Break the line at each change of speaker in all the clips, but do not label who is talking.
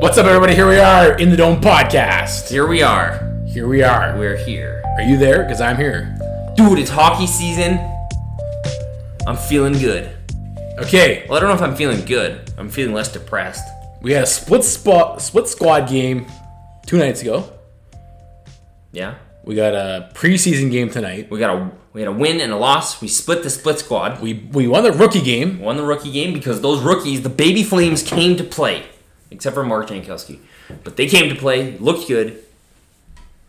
What's up, everybody? Here we are in the Dome podcast.
Here we are.
Here we are.
We're here.
Are you there? Because I'm here.
Dude, it's hockey season. I'm feeling good.
Okay,
Well, I don't know if I'm feeling good. I'm feeling less depressed.
we had a split spot, split squad game two nights ago.
Yeah.
We got a preseason game tonight.
We got a we had a win and a loss. We split the split squad.
We we won the rookie game.
We won the rookie game because those rookies, the baby flames, came to play. Except for Mark Jankowski. But they came to play, looked good.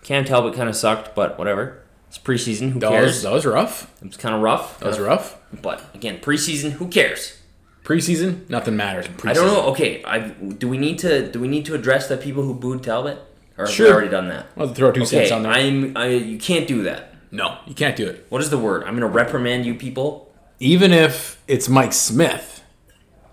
Cam Talbot kind of sucked, but whatever. It's preseason. Who
That was,
cares?
that was rough.
It's kind of rough.
That was rough.
But again, preseason. Who cares?
Preseason, nothing matters. In preseason.
I don't know. Okay, I do we need to do we need to address the people who booed Talbot? Or have
Sure.
we already done that?
I'll have to throw two
Okay,
cents on there.
I'm I you can't do that.
no, you can't do it.
What is the word? I'm gonna reprimand you people.
Even if it's Mike Smith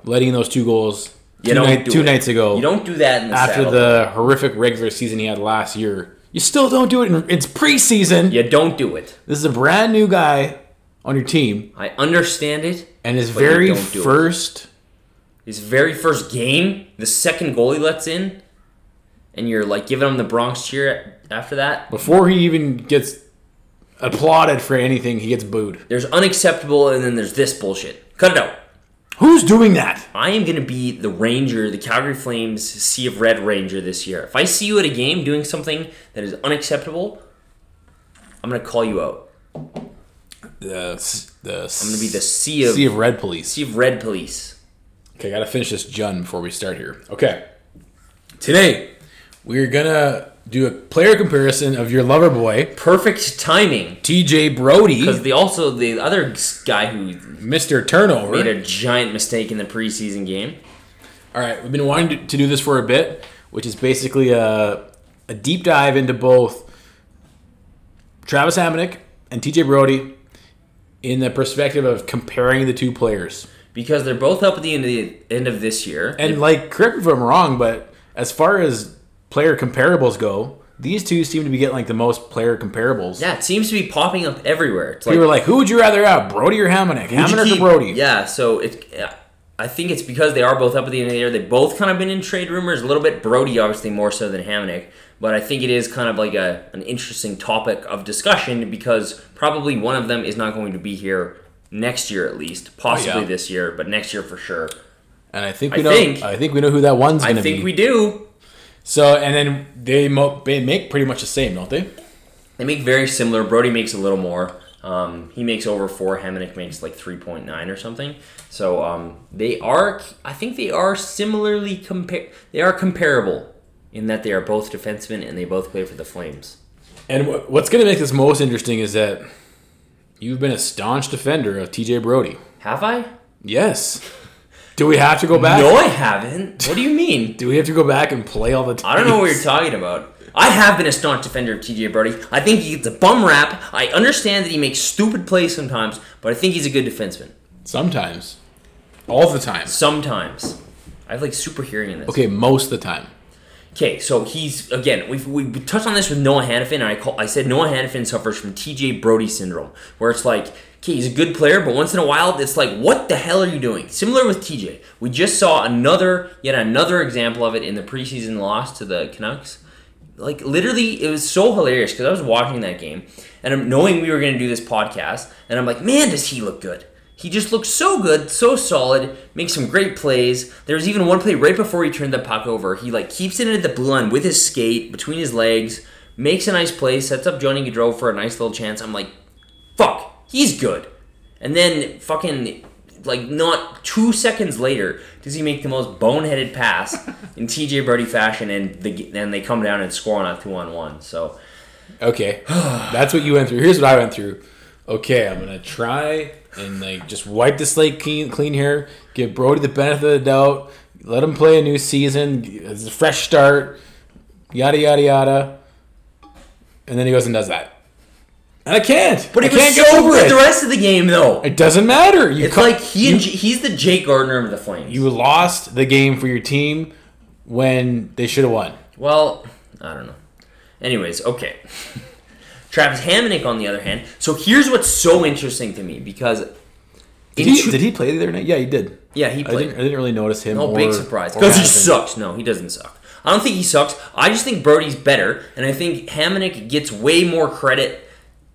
letting in those two goals
You
two,
don't
night-
do
two
it.
nights ago
You don't do that in the
Oh. after
saddle.
the horrific regular season he had last year. You still don't do it. In, it's preseason.
You don't do it.
This is a brand new guy on your team,
I understand it.
and his
But you
very
don't do it.
first.
His very first game, the second goal he lets in, and you're like giving him the Bronx cheer after that.
Before he even gets applauded for anything, he gets booed.
There's unacceptable, and then there's this bullshit. Cut it out.
Who's doing that?
I am going to be the Ranger, the Calgary Flames Sea of Red Ranger this year. If I see you at a game doing something that is unacceptable, I'm going to call you out.
The s- the
I'm going to be the Sea of
sea
Sea of,
of red police.
Red Police.
Okay, gotta finish this Jun before we start here. Okay, today we're gonna do a player comparison of your lover boy
Perfect timing
T.J. Brody,
because they also the other guy who
Mr.
made
Turnover.
a giant mistake in the preseason game.
All right, we've been wanting to- to do this for a bit, which is basically a a deep dive into both Travis Hamonic and T.J. Brody in the perspective of comparing the two players.
Because they're both up at the end of the end of this year.
And like, correct me if I'm wrong, but as far as player comparables go, these two seem to be getting like the most player comparables.
yeah, it seems to be popping up everywhere. It's
We
like
were like, who would you rather have, Brody or Hamannik?
Would you
Hamannik or
keep-
Brody?
Yeah, so it. yeah, I think it's because they are both up at the end of the year. They both kind of been in trade rumors a little bit. Brody obviously more so than Hamnick, but I think it is kind of like a an interesting topic of discussion because probably one of them is not going to be here next year at least, possibly
Oh, yeah.
this year, but next year for sure.
And I think we
I
know.
think-
I think we know who that one's
I
going to be.
think we do.
so, and then they, mo- they make pretty much the same, don't they?
They make very similar. Brody makes a little more. Um, he makes over four. Hemenick makes like three point nine or something. So um, they are. I think they are similarly compar. They are comparable in that they are both defensemen and they both play for the Flames.
And wh- what's going to make this most interesting is that you've been a staunch defender of TJ Brody.
Have I?
Yes. Do we have to go back?
No, I haven't. What do you mean?
Do we have to go back and play all the time?
I don't know what you're talking about. I have been a staunch defender of TJ Brody. I think he gets a bum rap. I understand that he makes stupid plays sometimes, but I think he's a good defenseman.
Sometimes. All the time.
Sometimes. I have like super hearing in this.
Okay, most of the time.
Okay, so he's again. We've, we touched on this with Noah Hannafin, and I call, I said Noah Hannafin suffers from TJ Brody syndrome, where it's like, okay, he's a good player, but once in a while, it's like, what the hell are you doing? Similar with TJ, we just saw another, yet another example of it in the preseason loss to the Canucks. Like literally, it was so hilarious because I was watching that game, and I'm knowing we were going to do this podcast, and I'm like, man, does he look good? He just looks so good, so solid, makes some great plays. There was even one play right before he turned the puck over. He like keeps it at the blue line with his skate between his legs, makes a nice play, sets up Johnny Gaudreau for a nice little chance. I'm like, fuck, he's good. And then fucking like not two seconds later does he make the most boneheaded pass in TJ Brody fashion, and the, and they come down and score on a two on one. So
Okay. That's what you went through. Here's what I went through. Okay, I'm gonna try and like just wipe the slate clean, clean here. Give Brody the benefit of the doubt. Let him play a new season. It's a fresh start. Yada yada yada. And then he goes and does that. And I can't.
But
I
he
can't
was
get
so
over
good
it.
the rest of the game, though.
it doesn't matter. You
It's
ca-
like he and J- he's the Jake Gardner of the Flames.
you lost the game for your team when they should have won.
well, I don't know. Anyways, okay. Travis Hamonic, on the other hand. So here's what's so interesting to me because
Did he, did he play the other night? Yeah, he did.
yeah he
I
played.
didn't, I didn't really notice him.
No
or-
big surprise
or
because he
Madison.
sucks. No, he doesn't suck. I don't think he sucks. I just think Brody's better, and I think Hamannik gets way more credit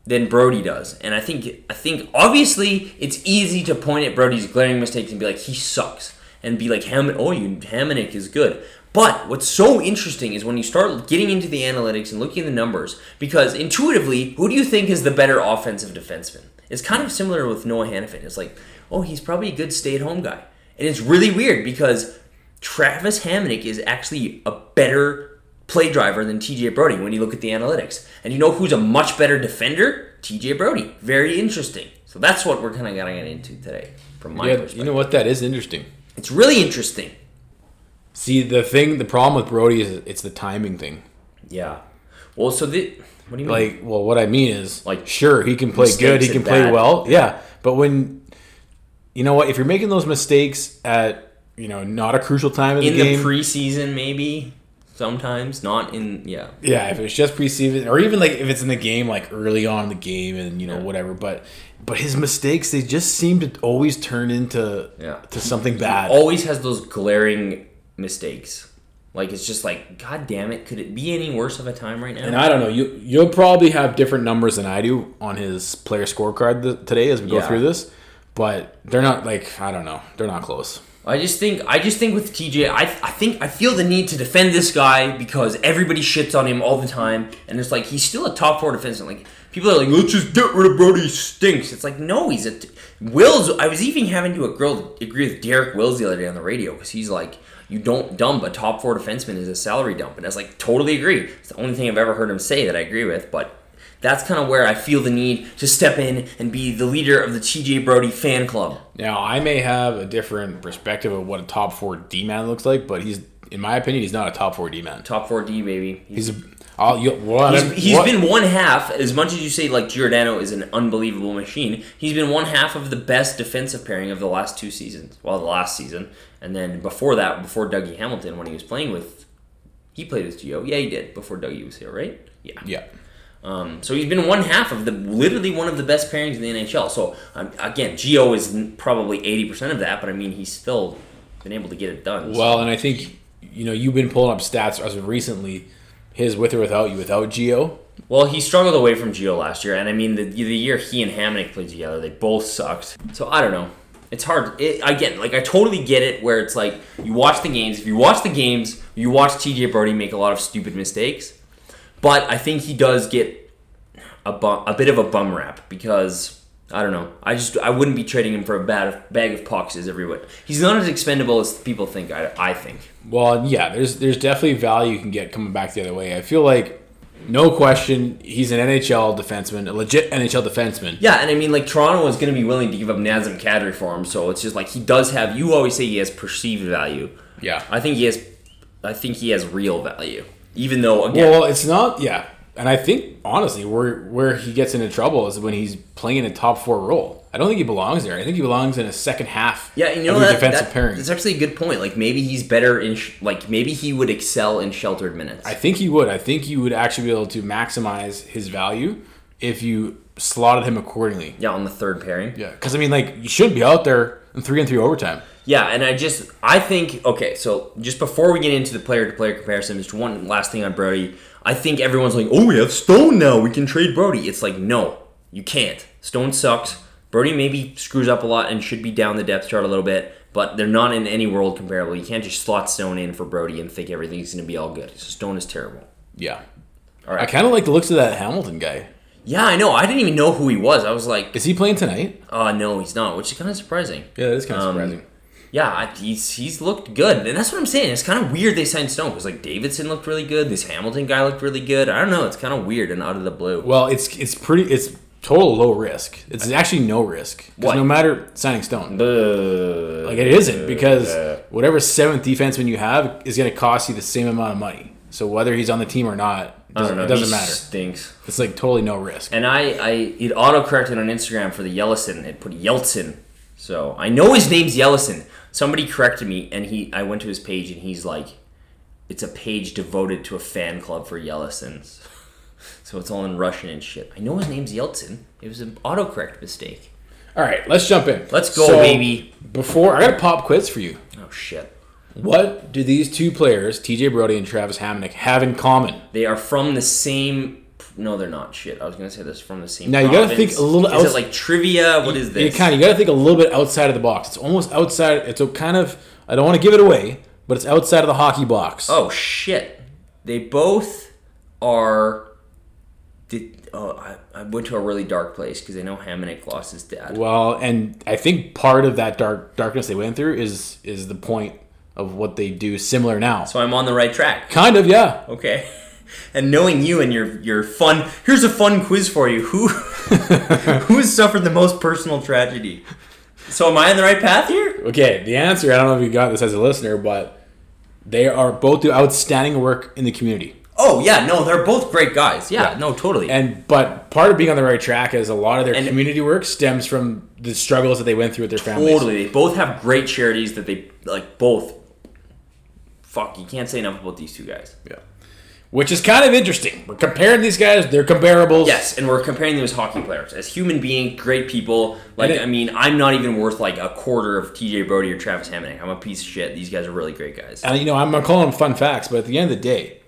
than Brody does. And I think I think obviously it's easy to point at Brody's glaring mistakes and be like he sucks, and be like Ham oh you Hamannik is good. But what's so interesting is when you start getting into the analytics and looking at the numbers, because intuitively, who do you think is the better offensive defenseman? It's kind of similar with Noah Hannafin. It's like, oh, he's probably a good stay-at-home guy, and it's really weird because Travis Hamonic is actually a better play driver than TJ Brody when you look at the analytics. And you know who's a much better defender? TJ Brody. Very interesting. So that's what we're kind of getting into today, from my
Yeah,
perspective.
you know what? That is interesting.
it's really interesting.
See, the thing, the problem with Brody is it's the timing thing.
Yeah. Well, so the what do you mean?
Like, well, what I mean is,
Mm. Like,
like, sure, he can play good,
mistakes
he can
at
play
bat.
well, yeah. But when, you know what, if you're making those mistakes at, you know, not a crucial time of the
in the
game,
preseason, maybe sometimes not in. Yeah.
yeah, if it's just preseason, or even like if it's in the game, like early on in the game, and you know whatever. But, but his mistakes, they just seem to always turn into
Yeah.
to something bad.
Always has those glaring mistakes. Like it's just like, god damn it, could it be any worse of a time right now?
And I don't know. You you'll probably have different numbers than I do on his player scorecard th- today as we go
Yeah.
through this, but they're not like I don't know. They're not close.
I just think I just think with TJ, I, I think I feel the need to defend this guy because everybody shits on him all the time, and it's like he's still a top four defenseman. Like people are like, let's just get rid of Brody. He stinks. It's like no, he's a t- Wills. I was even having to agree, agree with Derek Wills the other day on the radio because he's like, you don't dump a top four defenseman is a salary dump, and I was like, totally agree. It's the only thing I've ever heard him say that I agree with, but. That's kind of where I feel the need to step in and be the leader of the TJ Brody fan club.
Now I may have a different perspective of what a top four D man looks like, but he's in my opinion he's not a top four D man.
Top 4D, baby. He's
He's a I'll, you, what,
He's, he's
what-
been one half, as much as you say, like Giordano is an unbelievable machine, he's been one half of the best defensive pairing of the last two seasons. Well, the last season. And then before that, before Dougie Hamilton, when he was playing with. He played with Gio. Yeah, he did, before Dougie was here, right? Yeah.
yeah.
Um, so he's been one half of the. Literally one of the best pairings in the NHL. So, um, again, Gio is n- probably 80% of that, but I mean, he's still been able to get it done. So-
Well, and I think you know you've been pulling up stats as of recently, his with or without you without Geo.
Well, he struggled away from Gio last year, and I mean the the year he and Hamonic played together, they both sucked. So I don't know. It's hard. It, again, like I totally get it, where it's like you watch the games. If you watch the games, you watch TJ Brody make a lot of stupid mistakes. But I think he does get a bu- a bit of a bum rap because I don't know. I just I wouldn't be trading him for a bag of, bag of poxes every week. He's not as expendable as people think. I, I think.
Well, yeah, there's there's definitely value you can get coming back the other way. I feel like no question he's an NHL defenseman, a legit NHL defenseman.
Yeah, and I mean, like Toronto is going to be willing to give up Nazem Kadri for him, so it's just like he does have. You always say he has perceived value.
Yeah.
I think he has. I think he has real value, even though again,
Well, it's not yeah. And I think honestly where where he gets into trouble is when he's playing a top 4 role. I don't think he belongs there. I think he belongs in a second half
yeah, you know
of your
that,
defensive
that-
pairing.
That's actually a good point. Like maybe he's better in sh- like maybe he would excel in sheltered minutes.
I think he would. I think you would actually be able to maximize his value if you slotted him accordingly.
yeah, on the third pairing.
Yeah, cuz I mean like you shouldn't be out there in 3 and 3 overtime.
Yeah, and I just I think okay, so just before we get into the player to player comparison, just one last thing on Brody. I think everyone's like, "Oh, we have Stone now. We can trade Brody." It's like, "No, you can't. Stone sucks. Brody maybe screws up a lot and should be down the depth chart a little bit, but they're not in any world comparable. You can't just slot Stone in for Brody and think everything's going to be all good. So Stone is terrible.
Yeah.
All right.
I kind of like the looks of that Hamilton guy.
Yeah, I know. I didn't even know who he was. I was like,
Is he playing tonight?
"Oh, no, he's not," which is kind of surprising.
Yeah, that is kind of surprising.
Yeah, I- he's he's looked good, and that's what I'm saying. It's kind of weird they signed Stone because like Davidson looked really good, this Hamilton guy looked really good. I don't know, it's kind of weird and out of the blue.
Well, it's it's pretty it's total low risk. It's actually no risk 'Cause
What?
no matter signing Stone,
Like
like it isn't because whatever seventh defenseman you have is going to cost you the same amount of money. So whether he's on the team or not, doesn't, it doesn't matter.
Stinks.
It's like totally no risk.
And I I it auto corrected on Instagram for the Yellison. It put Yeltsin. So I know his name's Yellison. Somebody corrected me, and he I went to his page, and he's like, it's a page devoted to a fan club for Yellisons. So it's all in Russian and shit. I know his name's Yeltsin. It was an autocorrect mistake.
All right, let's jump in.
Let's go,
So,
baby.
Before I got a pop quiz for you.
Oh shit.
What do these two players, TJ Brody and Travis Hamonic, have in common?
They are from the same. No, they're not. Shit, I was gonna say this from the same.
Now, you gotta think a little
Is
outs-
it like trivia? What is
You
this?
kind of you got to think a little bit outside of the box. It's almost outside. It's a kind of I don't want to give it away, but it's outside of the hockey box.
oh shit! They both are. Did oh, I, I went to a really dark place because I know Hamannik lost his dad.
Well, and I think part of that dark darkness they went through is is the point of what they do similar now.
So I'm on the right track.
Kind of, yeah.
Okay. And knowing you and your your fun, here's a fun quiz for you. Who who has suffered the most personal tragedy? So am I on the right path here?
Okay, the answer I don't know if you got this as a listener, but they are both do outstanding work in the community.
Oh yeah, no, they're both great guys. Yeah, no, totally.
And but part of being on the right track is a lot of their
And-
community work stems from the struggles that they went through with their families.
totally, they both have great charities that they like. Both. Fuck, you can't say enough about these two guys.
Yeah. Which is kind of interesting. We're comparing these guys, they're comparables.
Yes, and we're comparing them as hockey players, as human being, great people. Like,
And it-
I mean, I'm not even worth like a quarter of TJ Brody or Travis Hammonick. I'm a piece of shit. These guys are really great guys.
And you know, I'm calling them fun facts, but at the end of the day,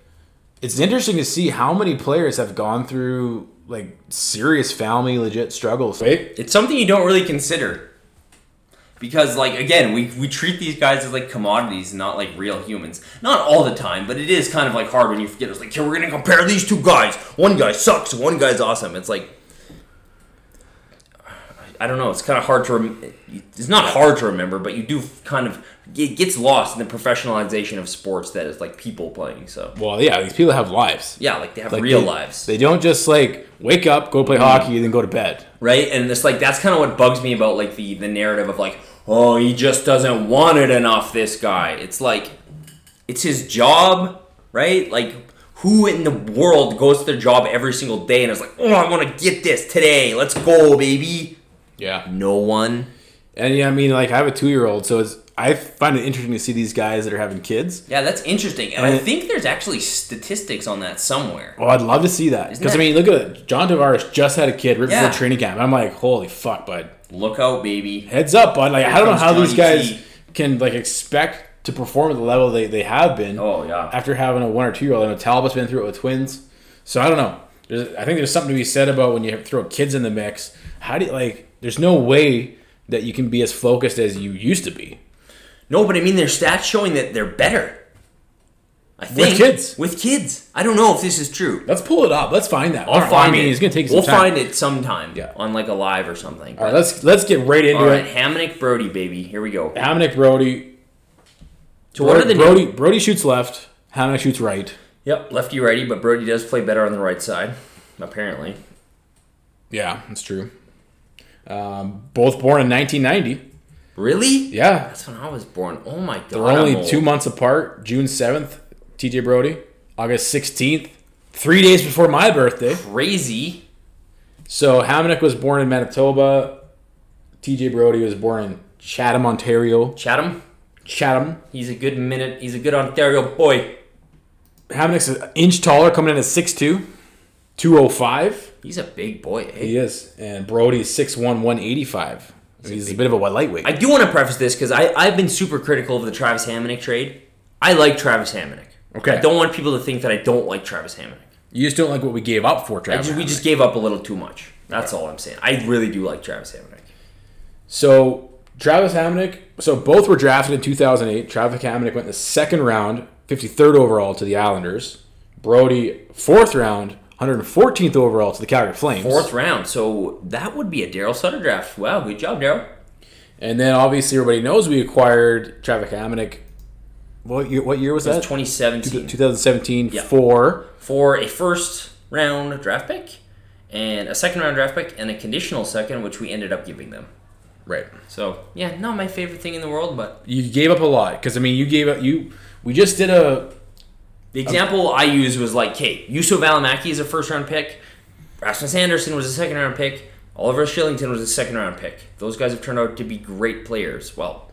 it's interesting to see how many players have gone through like serious family legit struggles. Right?
It's something you don't really consider. Because, like, again, we, we treat these guys as like commodities, not like real humans. Not all the time, but it is kind of like hard when you forget. It's like, here, we're going to compare these two guys. One guy sucks, one guy's awesome. It's like, I don't know. It's kind of hard to. Rem- it's not hard to remember, but you do f- kind of. It gets lost in the professionalization of sports that is like people playing. So
Well, yeah, these people have lives.
yeah, like they have
Like,
real
they-
lives.
They don't just like wake up, go play hockey, then go to bed.
right? And it's like that's kind of what bugs me about like the the narrative of like, oh, he just doesn't want it enough. This guy, it's like, it's his job, right? Like, who in the world goes to their job every single day and is like, oh, I want to get this today. Let's go, baby.
Yeah.
No one.
And yeah, I mean, like I have a two year old, so it's I find it interesting to see these guys that are having kids.
Yeah, that's interesting, and I
And-
think there's actually statistics on that somewhere.
Well, Oh, I'd love to see that because I
that-
mean, look at it. John Tavares just had a kid right
Yeah.
before training camp. I'm like, holy fuck, bud.
Look out, baby.
heads up, bud. Like I don't know
comes
how these
Johnny
guys
T.
can like expect to perform at the level they, they have been
Oh yeah.
after having a one or two year old. I know Talbot's been through it with twins, so I don't know. There's, I think there's something to be said about when you throw kids in the mix. How do you like? There's no way that you can be as focused as you used to be.
No, but I mean, their stats showing that they're better. I think
kids.
With kids. I don't know if this is true.
Let's pull it up. Let's find that.
I'll find
I mean,
it.
It's gonna take some
we'll
time.
find it sometime.
Yeah.
On like a live or something.
All right, let's let's get right into
All right,
it.
Hamonic Brody, baby. Here we go.
Hamnick Brody.
So what are the
Brody, Brody Brody shoots left. Hamnick shoots right.
Yep, lefty righty, but Brody does play better on the right side, apparently.
Yeah, that's true. Um, both born in 1990.
Really?
Yeah,
That's when I was born. Oh my god.
We're
I'm
only
old.
two months apart. June seventh, TJ Brody. August sixteenth, three days before my birthday.
crazy.
So Hamonic was born in Manitoba. TJ Brody was born in Chatham, Ontario.
Chatham,
Chatham.
he's a good minute. He's a good Ontario boy.
Hamonic's an inch taller, coming in at 6'2", 205.
He's a big boy. eh?
He is, and Brody is 6'1", 185. He's a bit of a lightweight.
I do want to preface this because I've been super critical of the Travis Hammonick trade. I like Travis Hammonick.
Okay.
I don't want people to think that I don't like Travis Hammonick.
you just don't like what we gave up for
I
Travis.
ju- we
Hamonic.
just gave up a little too much. That's all I'm saying. I really do like Travis Hamonick.
So Travis Hamonic. So both were drafted in 2008. Travis Hamonic went in the second round, 53rd overall to the Islanders. Brody fourth round, 114th overall to the Calgary Flames.
Fourth round, so that would be a Daryl Sutter draft. Wow, good job, Daryl.
And then obviously everybody knows we acquired Travis Hamonic. What year? What year was that?
2017
2017
Yeah.
for
for a first round draft pick and a second round draft pick and a conditional second, which we ended up giving them.
right.
So yeah, not my favorite thing in the world, but
You gave up a lot because I mean you gave up you. We just did a
the example I used was like, okay, Yusuf Alamaki is a first round pick, Rasmus Anderson was a second round pick, Oliver Shillington was a second round pick. Those guys have turned out to be great players. Well,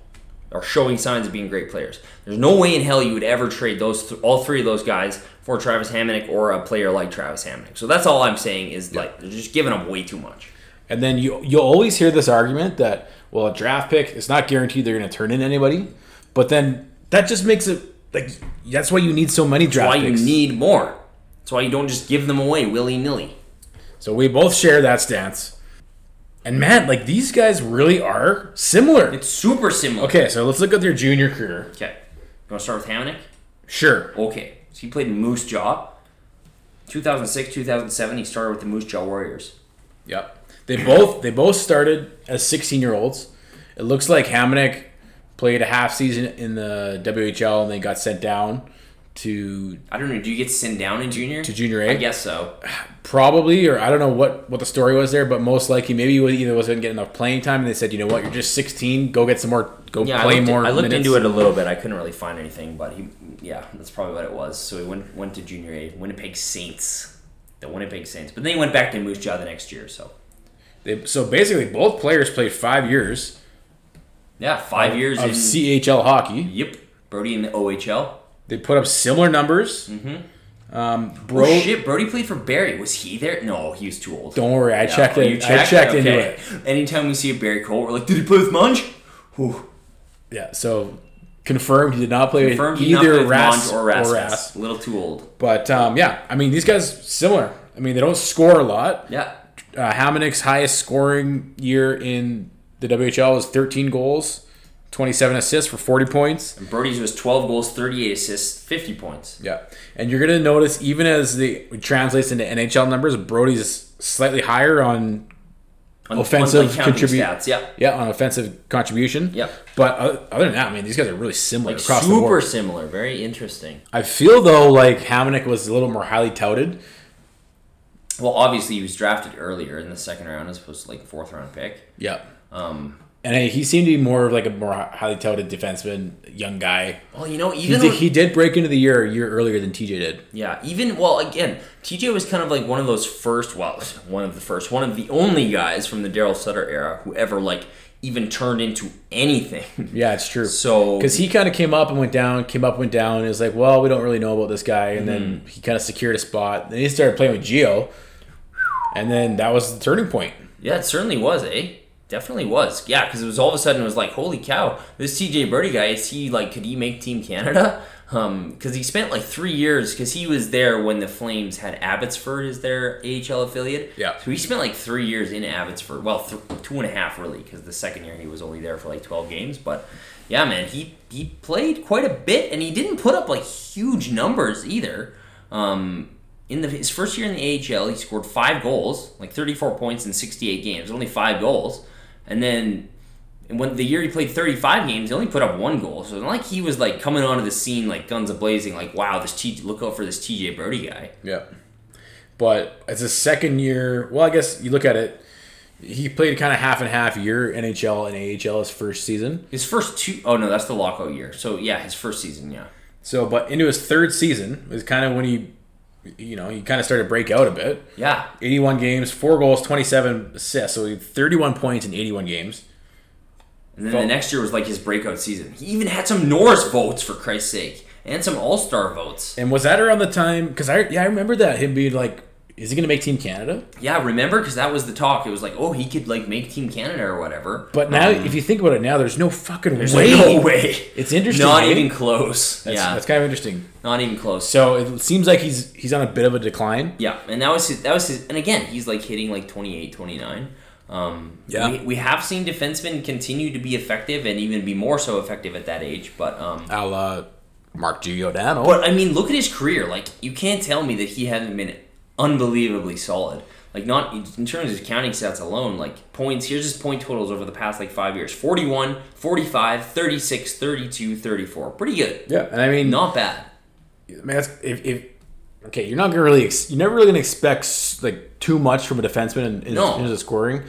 are showing signs of being great players. There's no way in hell you would ever trade those th- all three of those guys for Travis Hammonick or a player like Travis Hammonick. So that's all I'm saying is like they're just giving up way too much.
And then you you'll always hear this argument that well, a draft pick it's not guaranteed they're going to turn in anybody, but then That just makes it like that's why you need so many draft
Why you
picks.
need more. That's why you don't just give them away willy nilly.
so we both share that stance. And man, like these guys really are similar.
It's super similar.
Okay, so let's look at their junior career.
Okay. You want to start with Hamonic?
Sure.
Okay. So he played in Moose Jaw. 2006, 2007, he started with the Moose Jaw Warriors.
Yep. They both they both started as 16 year olds. It looks like Hamannik played a half season in the WHL and then got sent down to
I don't know. Do you get sent down in junior?
to junior A.
I guess so.
probably or I don't know what what the story was there, but most likely maybe he either wasn't getting enough playing time and they said, you know what, you're just 16, go get some more, go
Yeah,
play
I looked,
more.
I looked
minutes.
into it a little bit. I couldn't really find anything, but he, yeah, that's probably what it was. So he went went to junior A, Winnipeg Saints, the Winnipeg Saints. But then he went back to Moose Jaw the next year. So
They- so basically, both players played five years
yeah, five years
of
in.
CHL hockey.
yep, Brody in the OHL.
They put up similar numbers. Mm-hmm. Um, bro,
oh shit, Brody played for Barry. Was he there? No, he was too old.
don't worry, I checked
Oh,
it.
you
I checked into
Okay.
it.
Anytime we see a Barry Cole, we're like, did he play with Munch? Whew.
Yeah, so confirmed he did not play
Confirmed
with
he not played
either
with
Rass
Monge
or
or
Rass.
Rasmus. A little too old.
But um, yeah, I mean these guys similar. I mean they don't score a lot.
Yeah.
uh, Hamannik's highest scoring year in the WHL was 13 goals, 27 assists for 40 points.
Brody's was 12 goals, 38 assists, 50 points.
Yeah, and you're gonna notice even as the it translates into NHL numbers, Brody's slightly higher on
On,
Offensive
like, counting
contribute-
stats. Yeah.
yeah on offensive contribution.
Yep.
But o- other than that, I mean these guys are really similar across the
Super
board.
similar. Very interesting.
I feel though like Hamannik was a little more highly touted.
Well, obviously he was drafted earlier in the second round as opposed to like fourth round pick.
Yeah.
Um,
And he seemed to be more of like a more highly touted defenseman, young guy.
well, you know,
He
even
did,
though-
he did break into the year a year earlier than TJ did.
Yeah, even well, again, TJ was kind of like one of those first, well, one of the first, one of the only guys from the Daryl Sutter era who ever like even turned into anything.
Yeah, it's true.
So
because he kind of came up and went down, came up, went down. And it was like, well, we don't really know about this guy, and then he kind of secured a spot. Then he started playing with Geo, and then that was the turning point.
yeah, it certainly was, eh? Definitely was. Yeah, because it was all of a sudden it was like, holy cow, this TJ Birdie guy is he like could he make Team Canada? Um, because he spent like three years because he was there when the Flames had Abbotsford as their AHL affiliate.
Yeah.
So he spent like three years in Abbotsford. Well, th- two and a half really, because the second year he was only there for like twelve games. But yeah, man, he he played quite a bit, and he didn't put up like huge numbers either. Um, in the his first year in the AHL, he scored five goals, like thirty-four points in sixty-eight games, only five goals, and then. And when the year he played 35 games, he only put up one goal. So it's not like he was like coming onto the scene like guns a blazing, like wow, this T- look out for this TJ Brody guy.
Yeah, but as a second year, well, I guess you look at it, he played kind of half and half year NHL and AHL his first season.
His first two oh no, that's the lockout year. So yeah, his first season, yeah.
So, but into his third season was kind of when he, you know, he kind of started to break out a bit.
Yeah.
81 games, four goals, 27 assists, so he had 31 points in 81 games.
And then
Vote.
the next year was like his breakout season. He even had some Norris votes for Christ's sake. And some all star votes.
And was that around the time? Because I yeah I remember that him being like, is he gonna make Team Canada?
Yeah, remember? Because that was the talk. It was like, oh, he could like make Team Canada or whatever.
But now, if you think about it, now there's no fucking
Um, There's
way.
no way.
It's interesting,
Not
eh?
even close.
That's,
yeah.
that's kind of interesting.
not even close.
So it seems like he's he's on a bit of a decline.
Yeah, and that was his. That was his. And again, he's like hitting like 28, 29. Um,
Yeah.
we, we have seen defensemen continue to be effective and even be more so effective at that age. But um,
A la Mark Giordano.
but I mean, look at his career. Like you can't tell me that he hasn't been unbelievably solid. Like not in terms of counting stats alone, like points, here's his point totals over the past like 5 years. 41, 45, 36, 32, 34. Pretty good.
yeah, and I mean,
Not bad.
I mean, that's, if, if okay, you're not gonna really ex- you're never really gonna expect s- like too much from a defenseman in, in
No.
terms of scoring.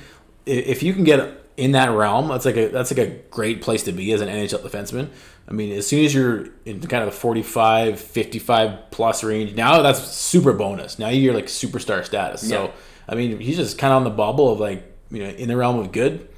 I- If you can get in that realm, that's like a that's like a great place to be as an NHL defenseman. I mean, as soon as you're in kind of the 45, 55 plus range, now that's super bonus. Now you're like superstar status.
Yeah.
So I mean, he's just kind of on the bubble of like you know in the realm of good.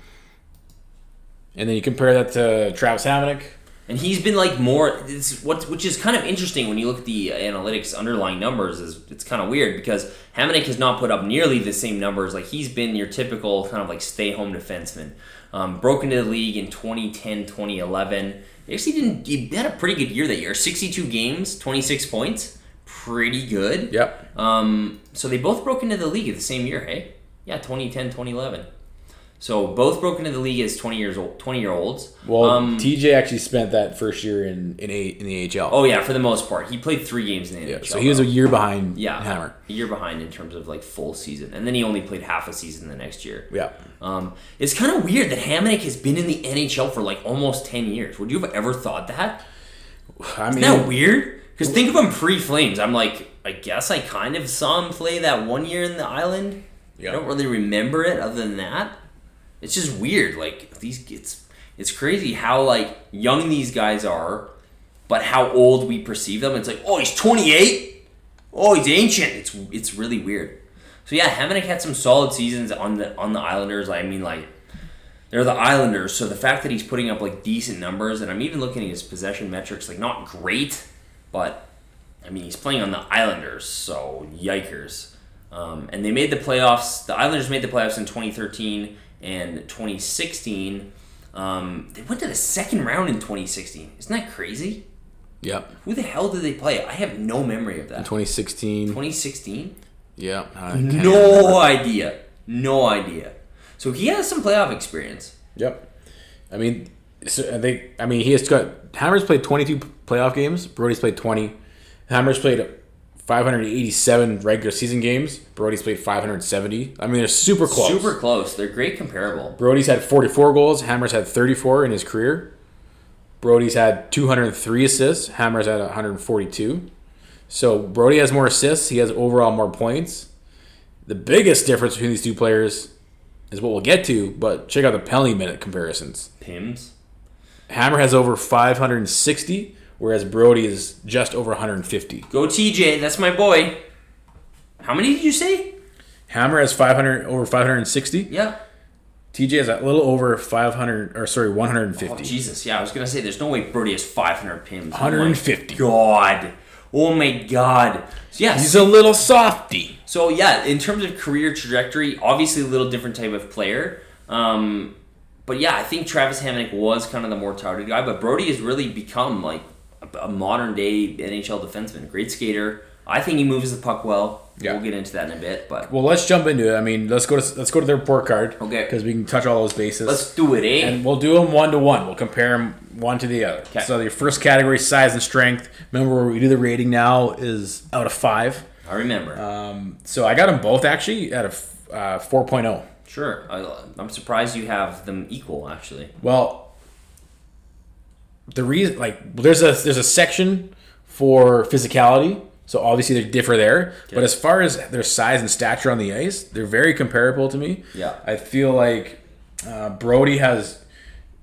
And then you compare that to Travis Hamonic.
And he's been like more. It's what, which is kind of interesting when you look at the uh, analytics underlying numbers. Is it's kind of weird because Hamonic has not put up nearly the same numbers. Like he's been your typical kind of like stay home defenseman. Um, broke into the league in 2010, 2011. He actually didn't. He had a pretty good year that year. Sixty-two games, twenty-six points, pretty good.
Yep.
Um, so they both broke into the league at the same year, hey? Yeah, 2010, 2011. So both broke into the league as 20 years old, 20 year olds.
Well,
um,
TJ actually spent that first year in in, a, in the AHL.
oh yeah, for the most part, he played three games in the
yeah.
NHL.
So he was a
though.
year behind
yeah,
Hammer.
a year behind in terms of like full season, and then he only played half a season the next year.
Yeah.
Um, it's kind of weird that Hamonic has been in the NHL for like almost 10 years. Would you have ever thought that?
I mean,
Isn't that weird? Because think of him pre Flames. I'm like, I guess I kind of saw him play that one year in the island.
Yeah.
I don't really remember it other than that. It's just weird. Like these it's it's crazy how like young these guys are, but how old we perceive them. It's like, oh he's twenty eight? Oh he's ancient. It's it's really weird. So yeah, Hamanek had some solid seasons on the on the Islanders. I mean like they're the Islanders, so the fact that he's putting up like decent numbers, and I'm even looking at his possession metrics, like not great, but I mean he's playing on the Islanders, so yikers. Um, and they made the playoffs. The Islanders made the playoffs in 2013 and 2016. Um, they went to the second round in 2016. Isn't that crazy?
Yep.
Who the hell did they play? I have no memory of that.
2016.
2016.
yep. I can't remember.
No idea. No idea. So he has some playoff experience.
Yep. I mean, so they. I mean, he has got Hammer's played 22 playoff games. Brody's played 20. Hammer's played 587 regular season games. Brody's played 570. I mean, they're super close.
Super close. They're great comparable.
Brody's had 44 goals. Hammer's had 34 in his career. Brody's had 203 assists. Hammer's had 142. So Brody has more assists. He has overall more points. The biggest difference between these two players is what we'll get to, but check out the penalty minute comparisons.
Pims.
Hammer has over 560, whereas Brody is just over 150.
Go TJ, that's my boy. How many did you say?
Hammer has 500 over 560.
Yeah.
TJ is a little over 500 or sorry 150.
Oh Jesus, yeah, I was gonna say there's no way Brody has 500 pims. Oh, my
150.
God. Oh my God. So, yeah.
He's a little softy.
So yeah, in terms of career trajectory, obviously a little different type of player. Um, but yeah, I think Travis Hamonic was kind of the more touted guy, but Brody has really become like a, a modern day NHL defenseman, great skater. I think he moves the puck well.
Yeah.
We'll get into that in a bit, but
Well, let's jump into it. I mean, let's go to let's go to the report card.
Okay.
Because we can touch all those bases.
let's do it, eh?
and we'll do them one to one. We'll compare them one to the other.
'Kay.
So your first category, size and strength. Remember, where we do the rating now is out of five.
I remember.
Um, so I got them both actually at a f- uh, 4.0.
Sure. I, I'm surprised you have them equal, actually.
Well, the reason, like, there's a there's a section for physicality, so obviously they differ there. But as far as their size and stature on the ice, they're very comparable to me.
Yeah.
I feel like uh, Brody has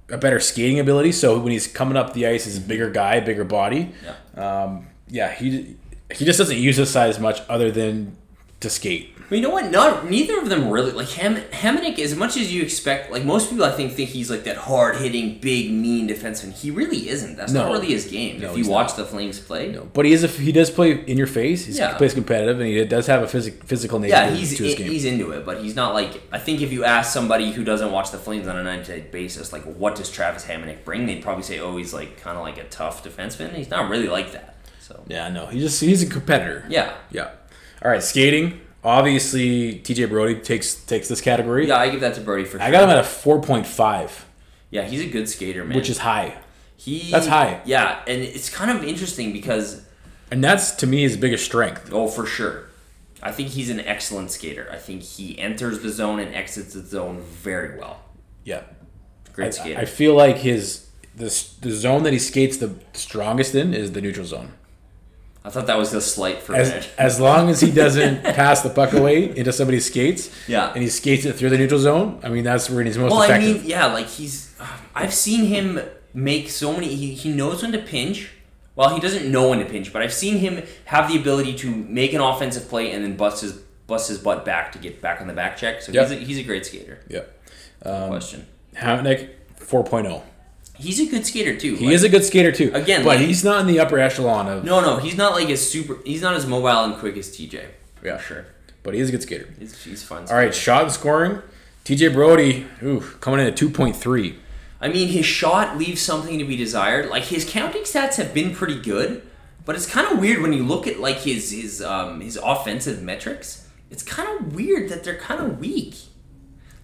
a better skating ability, so when he's coming up the ice, he's a bigger guy, bigger body.
Yeah.
Um, yeah, he he just doesn't use his size much other than to skate.
But you know what? Not neither of them really like Ham Hamannik. As much as you expect, like most people, I think think he's like that hard hitting, big, mean defenseman. He really isn't. That's
No.
not really his game. if
he's
you watch the Flames play,
But he is a, he does play in your face. He's,
Yeah.
He plays competitive, and he does have a physic, physical nature
yeah, he's
to his
in-
game.
he's into it, but he's not like I think if you ask somebody who doesn't watch the Flames on a night to night basis, like what does Travis Hamannik bring? They'd probably say, oh, he's like kind of like a tough defenseman. He's not really like that. So
Yeah, no, he just he's a competitor.
yeah,
Yeah. All right, skating. Obviously, TJ Brody takes takes this category.
yeah, I give that to Brody for sure.
I got him at a 4.5,
yeah, he's a good skater, man.
which is high.
He
That's high.
Yeah, and it's kind of interesting because
And that's to me his biggest strength.
oh for sure. I think he's an excellent skater. I think he enters the zone and exits the zone very well.
Yeah.
Great
I,
skater.
I feel like his the, s- the zone that he skates the strongest in is the neutral zone.
I thought that was a slight for a
As,
minute.
as long as he doesn't pass the puck away into somebody's skates,
Yeah.
and he skates it through the neutral zone, I mean that's where he's most
Well, I
effective.
mean, yeah, like he's. uh, I've seen him make so many. He, he knows when to pinch. Well, he doesn't know when to pinch, but I've seen him have the ability to make an offensive play and then bust his bust his butt back to get back on the back check. So
Yep. Um,
he's, a, he's a great skater.
yeah.
No question.
Hamnick 4.0.
He's a good skater too.
oh. He is a good skater too.
Again,
but
like-
he's not in the upper echelon of.
No, no, he's not like as super. He's not as mobile and quick as TJ.
Yeah.
sure.
But he is a good skater.
He's, he's fun.
All right, shot and scoring. TJ Brody, ooh, coming in at 2.3.
I mean, his shot leaves something to be desired. Like his counting stats have been pretty good, but it's kind of weird when you look at like his his um, his offensive metrics. It's kind of weird that they're kind of weak.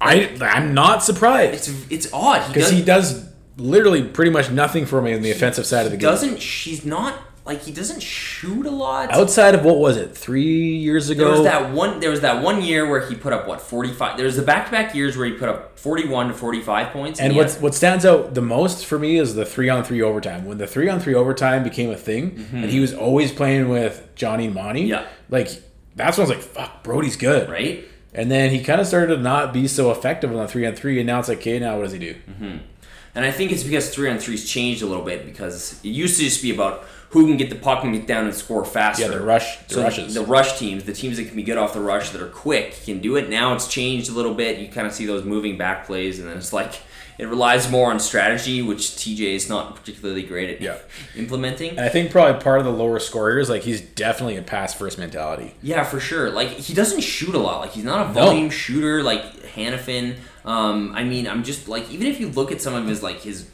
I I'm not surprised
It's it's odd. He
because
does-
he does literally pretty much nothing for me on the offensive side of the game.
doesn't. She's not like he doesn't shoot a lot.
Outside of what was it three years
There
ago?
was that one. There was that one year where he put up what forty five. There was the back to back years where he put up forty one to forty five points.
And
he
what's
had-
what stands out the most for me is the three on three overtime. When the three on three overtime became a thing, and he was always playing with Johnny Monty.
Mm-hmm. Yeah.
like that's when I was like, "Fuck, Brody's good."
right?
And then he kind of started to not be so effective on the three on three, and now it's like, okay, now what does he do?
And I think it's because three on threes changed a little bit because it used to just be about who can get the puck and get down and score faster.
Yeah, the rush, the
so
rushes.
The rush teams, the teams that can be good off the rush that are quick, can do it. Now it's changed a little bit. You kind of see those moving back plays, and then it's like it relies more on strategy, which TJ is not particularly great at
Yeah.
implementing.
and I think probably part of the lower score is like he's definitely a pass first mentality.
Yeah, for sure. Like he doesn't shoot a lot. Like he's not a volume shooter like Hannafin. Um, I mean, I'm just like even if you look at some of his like his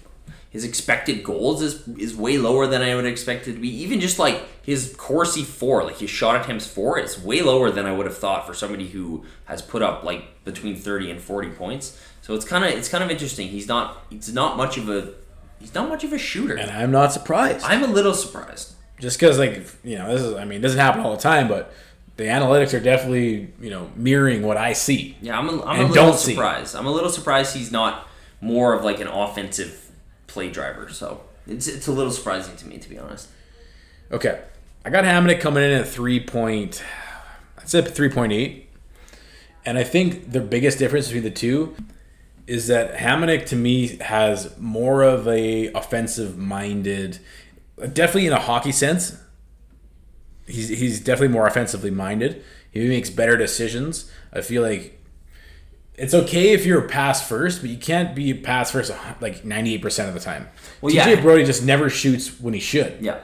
his expected goals is is way lower than I would expect it to be. Even just like his Corsi four, like his shot attempts four, it's way lower than I would have thought for somebody who has put up like between thirty and forty points. So it's kind of it's kind of interesting. He's not he's not much of a he's not much of a shooter.
And I'm not surprised.
I'm a little surprised.
just because like you know this is i mean it doesn't happen all the time but the analytics are definitely you know mirroring what i see
Yeah, I'm a, I'm a
And
little
don't see.
surprised. I'm a little surprised he's not more of like an offensive play driver. So it's it's a little surprising to me, to be honest.
okay i got Hamannik coming in at 3 point i'd say 3.8 and i think the biggest difference between the two is that Hamannik to me has more of a offensive minded definitely in a hockey sense he's, he's definitely more offensively minded he makes better decisions i feel like it's okay if you're pass first, but you can't be pass first like 98% of the time.
Well,
TJ
yeah.
Brody just never shoots when he should
Yeah,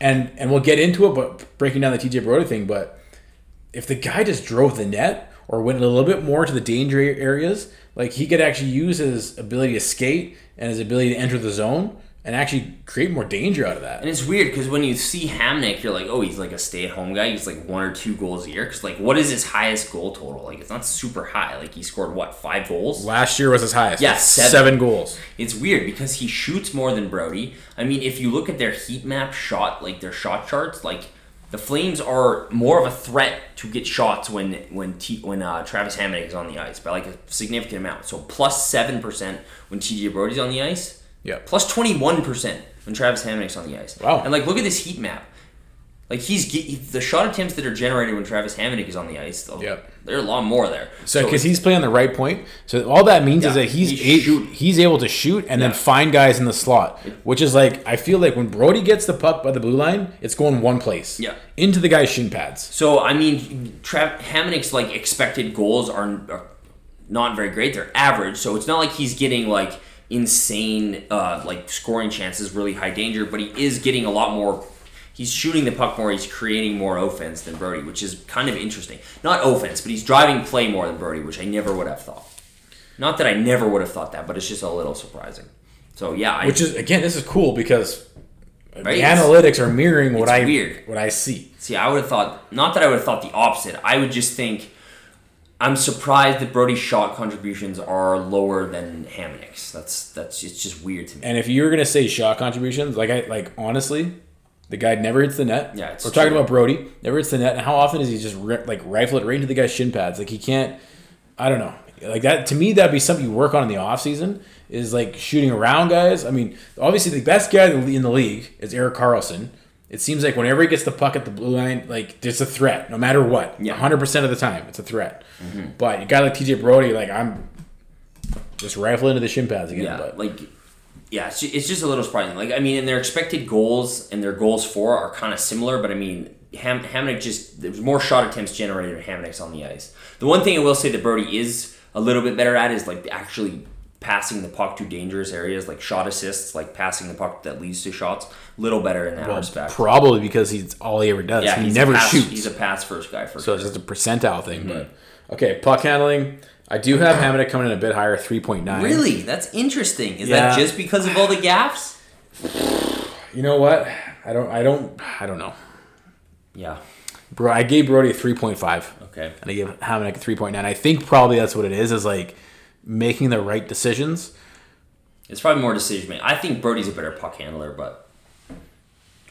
and and we'll get into it, but breaking down the TJ Brody thing, but if the guy just drove the net or went a little bit more to the danger areas, like he could actually use his ability to skate and his ability to enter the zone and actually create more danger out of that.
and it's weird because when you see Hamnick, you're like, oh, he's like a stay at home guy. He's like one or two goals a year. Because like, what is his highest goal total? Like, it's not super high. Like he scored what five goals?
Last year was his highest.
Yeah, seven.
goals.
It's weird because he shoots more than Brody. I mean, if you look at their heat map shot, like their shot charts, like the Flames are more of a threat to get shots when when T, when uh, Travis Hammond is on the ice by like a significant amount. So plus seven percent when TJ Brody's on the ice.
Yeah.
Plus twenty one percent when Travis Hammond's on the ice.
Wow.
And like, look at this heat map. Like he's ge- the shot attempts that are generated when Travis Hammond is on the ice. though,
Yep.
There are a lot more there.
So because he's playing the right point, so all that means is
Yeah,
that he's
he's
a-
shooting.
he's able to shoot and then
Yeah.
find guys in the slot, which is like I feel like when Brody gets the puck by the blue line, it's going one place.
Yeah.
into the guy's shin pads.
So I mean, Trav Hamannik's like expected goals are, are not very great. They're average. So it's not like he's getting like insane uh, like scoring chances, really high danger. But he is getting a lot more. He's shooting the puck more. He's creating more offense than Brody, which is kind of interesting. Not offense, but he's driving play more than Brody, which I never would have thought. Not that I never would have thought that, but it's just a little surprising. So yeah, I,
Which is again, this is cool because
Right?
the analytics are mirroring what
it's
I
weird.
what I see.
See, I would have thought not that I would have thought the opposite. I would just think I'm surprised that Brody's shot contributions are lower than Hamannik's. That's that's it's just weird to me.
And if you were gonna say shot contributions, like I like honestly, the guy never hits the net.
Yeah, it's
we're talking
true.
about Brody never hits the net. And how often is he just ri- like rifle it right into the guy's shin pads? Like he can't. I don't know. Like that to me, that'd be something you work on in the off season is like shooting around guys. I mean, obviously the best guy in the- in the league is Eric Carlson. It seems like whenever he gets the puck at the blue line, like it's a threat, no matter what.
Yeah. Mm-hmm.
hundred percent of the time, it's a threat. But a guy like TJ Brody, like I'm just rifle into the shin pads again.
Yeah,
but
like yeah, it's just, it's just a little surprising. Like I mean, and their expected goals and their goals for are kind of similar, but I mean, Ham Hamnick just there's more shot attempts generated when Hamnick's on the ice. The one thing I will say that Birdie is a little bit better at is like actually passing the puck to dangerous areas, like shot assists, like passing the puck that leads to shots. Little better in that respect.
Probably because he's all he ever does.
yeah,
he
he's a Mhm.
never
pass,
shoots.
He's a pass first guy for
so it's just a percentile thing. But okay, puck handling. I do have Hamada coming in a bit higher, three point nine.
Really? That's interesting. Is that
Yeah.
just because of all the gaffes?
You know what? I don't. I don't. I don't know.
Yeah.
Bro, I gave Brody a three point five.
Okay.
and I give Hamanek a three point nine. I think probably that's what it is. Is like making the right decisions.
It's probably more decision making. I think Brody's a better puck handler, but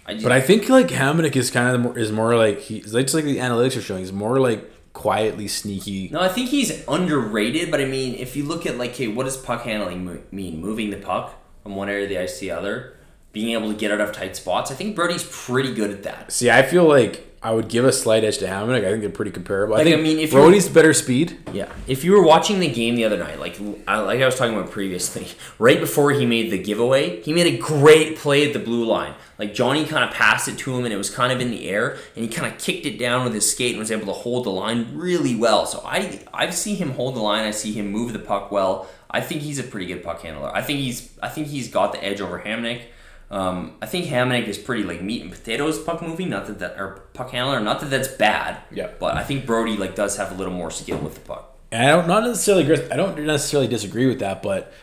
I just,
But I think like Hamanek is kind of the more, is more like he's like, just like the analytics are showing. He's more like quietly sneaky.
no, I think he's underrated. But I mean, if you look at like, hey, what does puck handling mo- mean? Moving the puck from one area of the ice to the other, being able to get out of tight spots. I think Brody's pretty good at that.
See, I feel like I would give a slight edge to Hamanek. I think they're pretty comparable.
Like,
I think
I mean, if you-
Brody's better speed.
Yeah. If you were watching the game the other night, like I, like I was talking about previously, right before he made the giveaway, he made a great play at the blue line. Like Johnny kind of passed it to him, and it was kind of in the air, and he kind of kicked it down with his skate and was able to hold the line really well. So I I see him hold the line. I see him move the puck well. I think he's a pretty good puck handler. I think he's I think he's got the edge over Hamnick. Um, I think Hamnick is pretty like meat and potatoes puck moving, not that that or puck handler, not that that's bad.
Yeah.
But I think Brody like does have a little more skill with the puck.
And I don't not necessarily agree, I don't necessarily disagree with that, but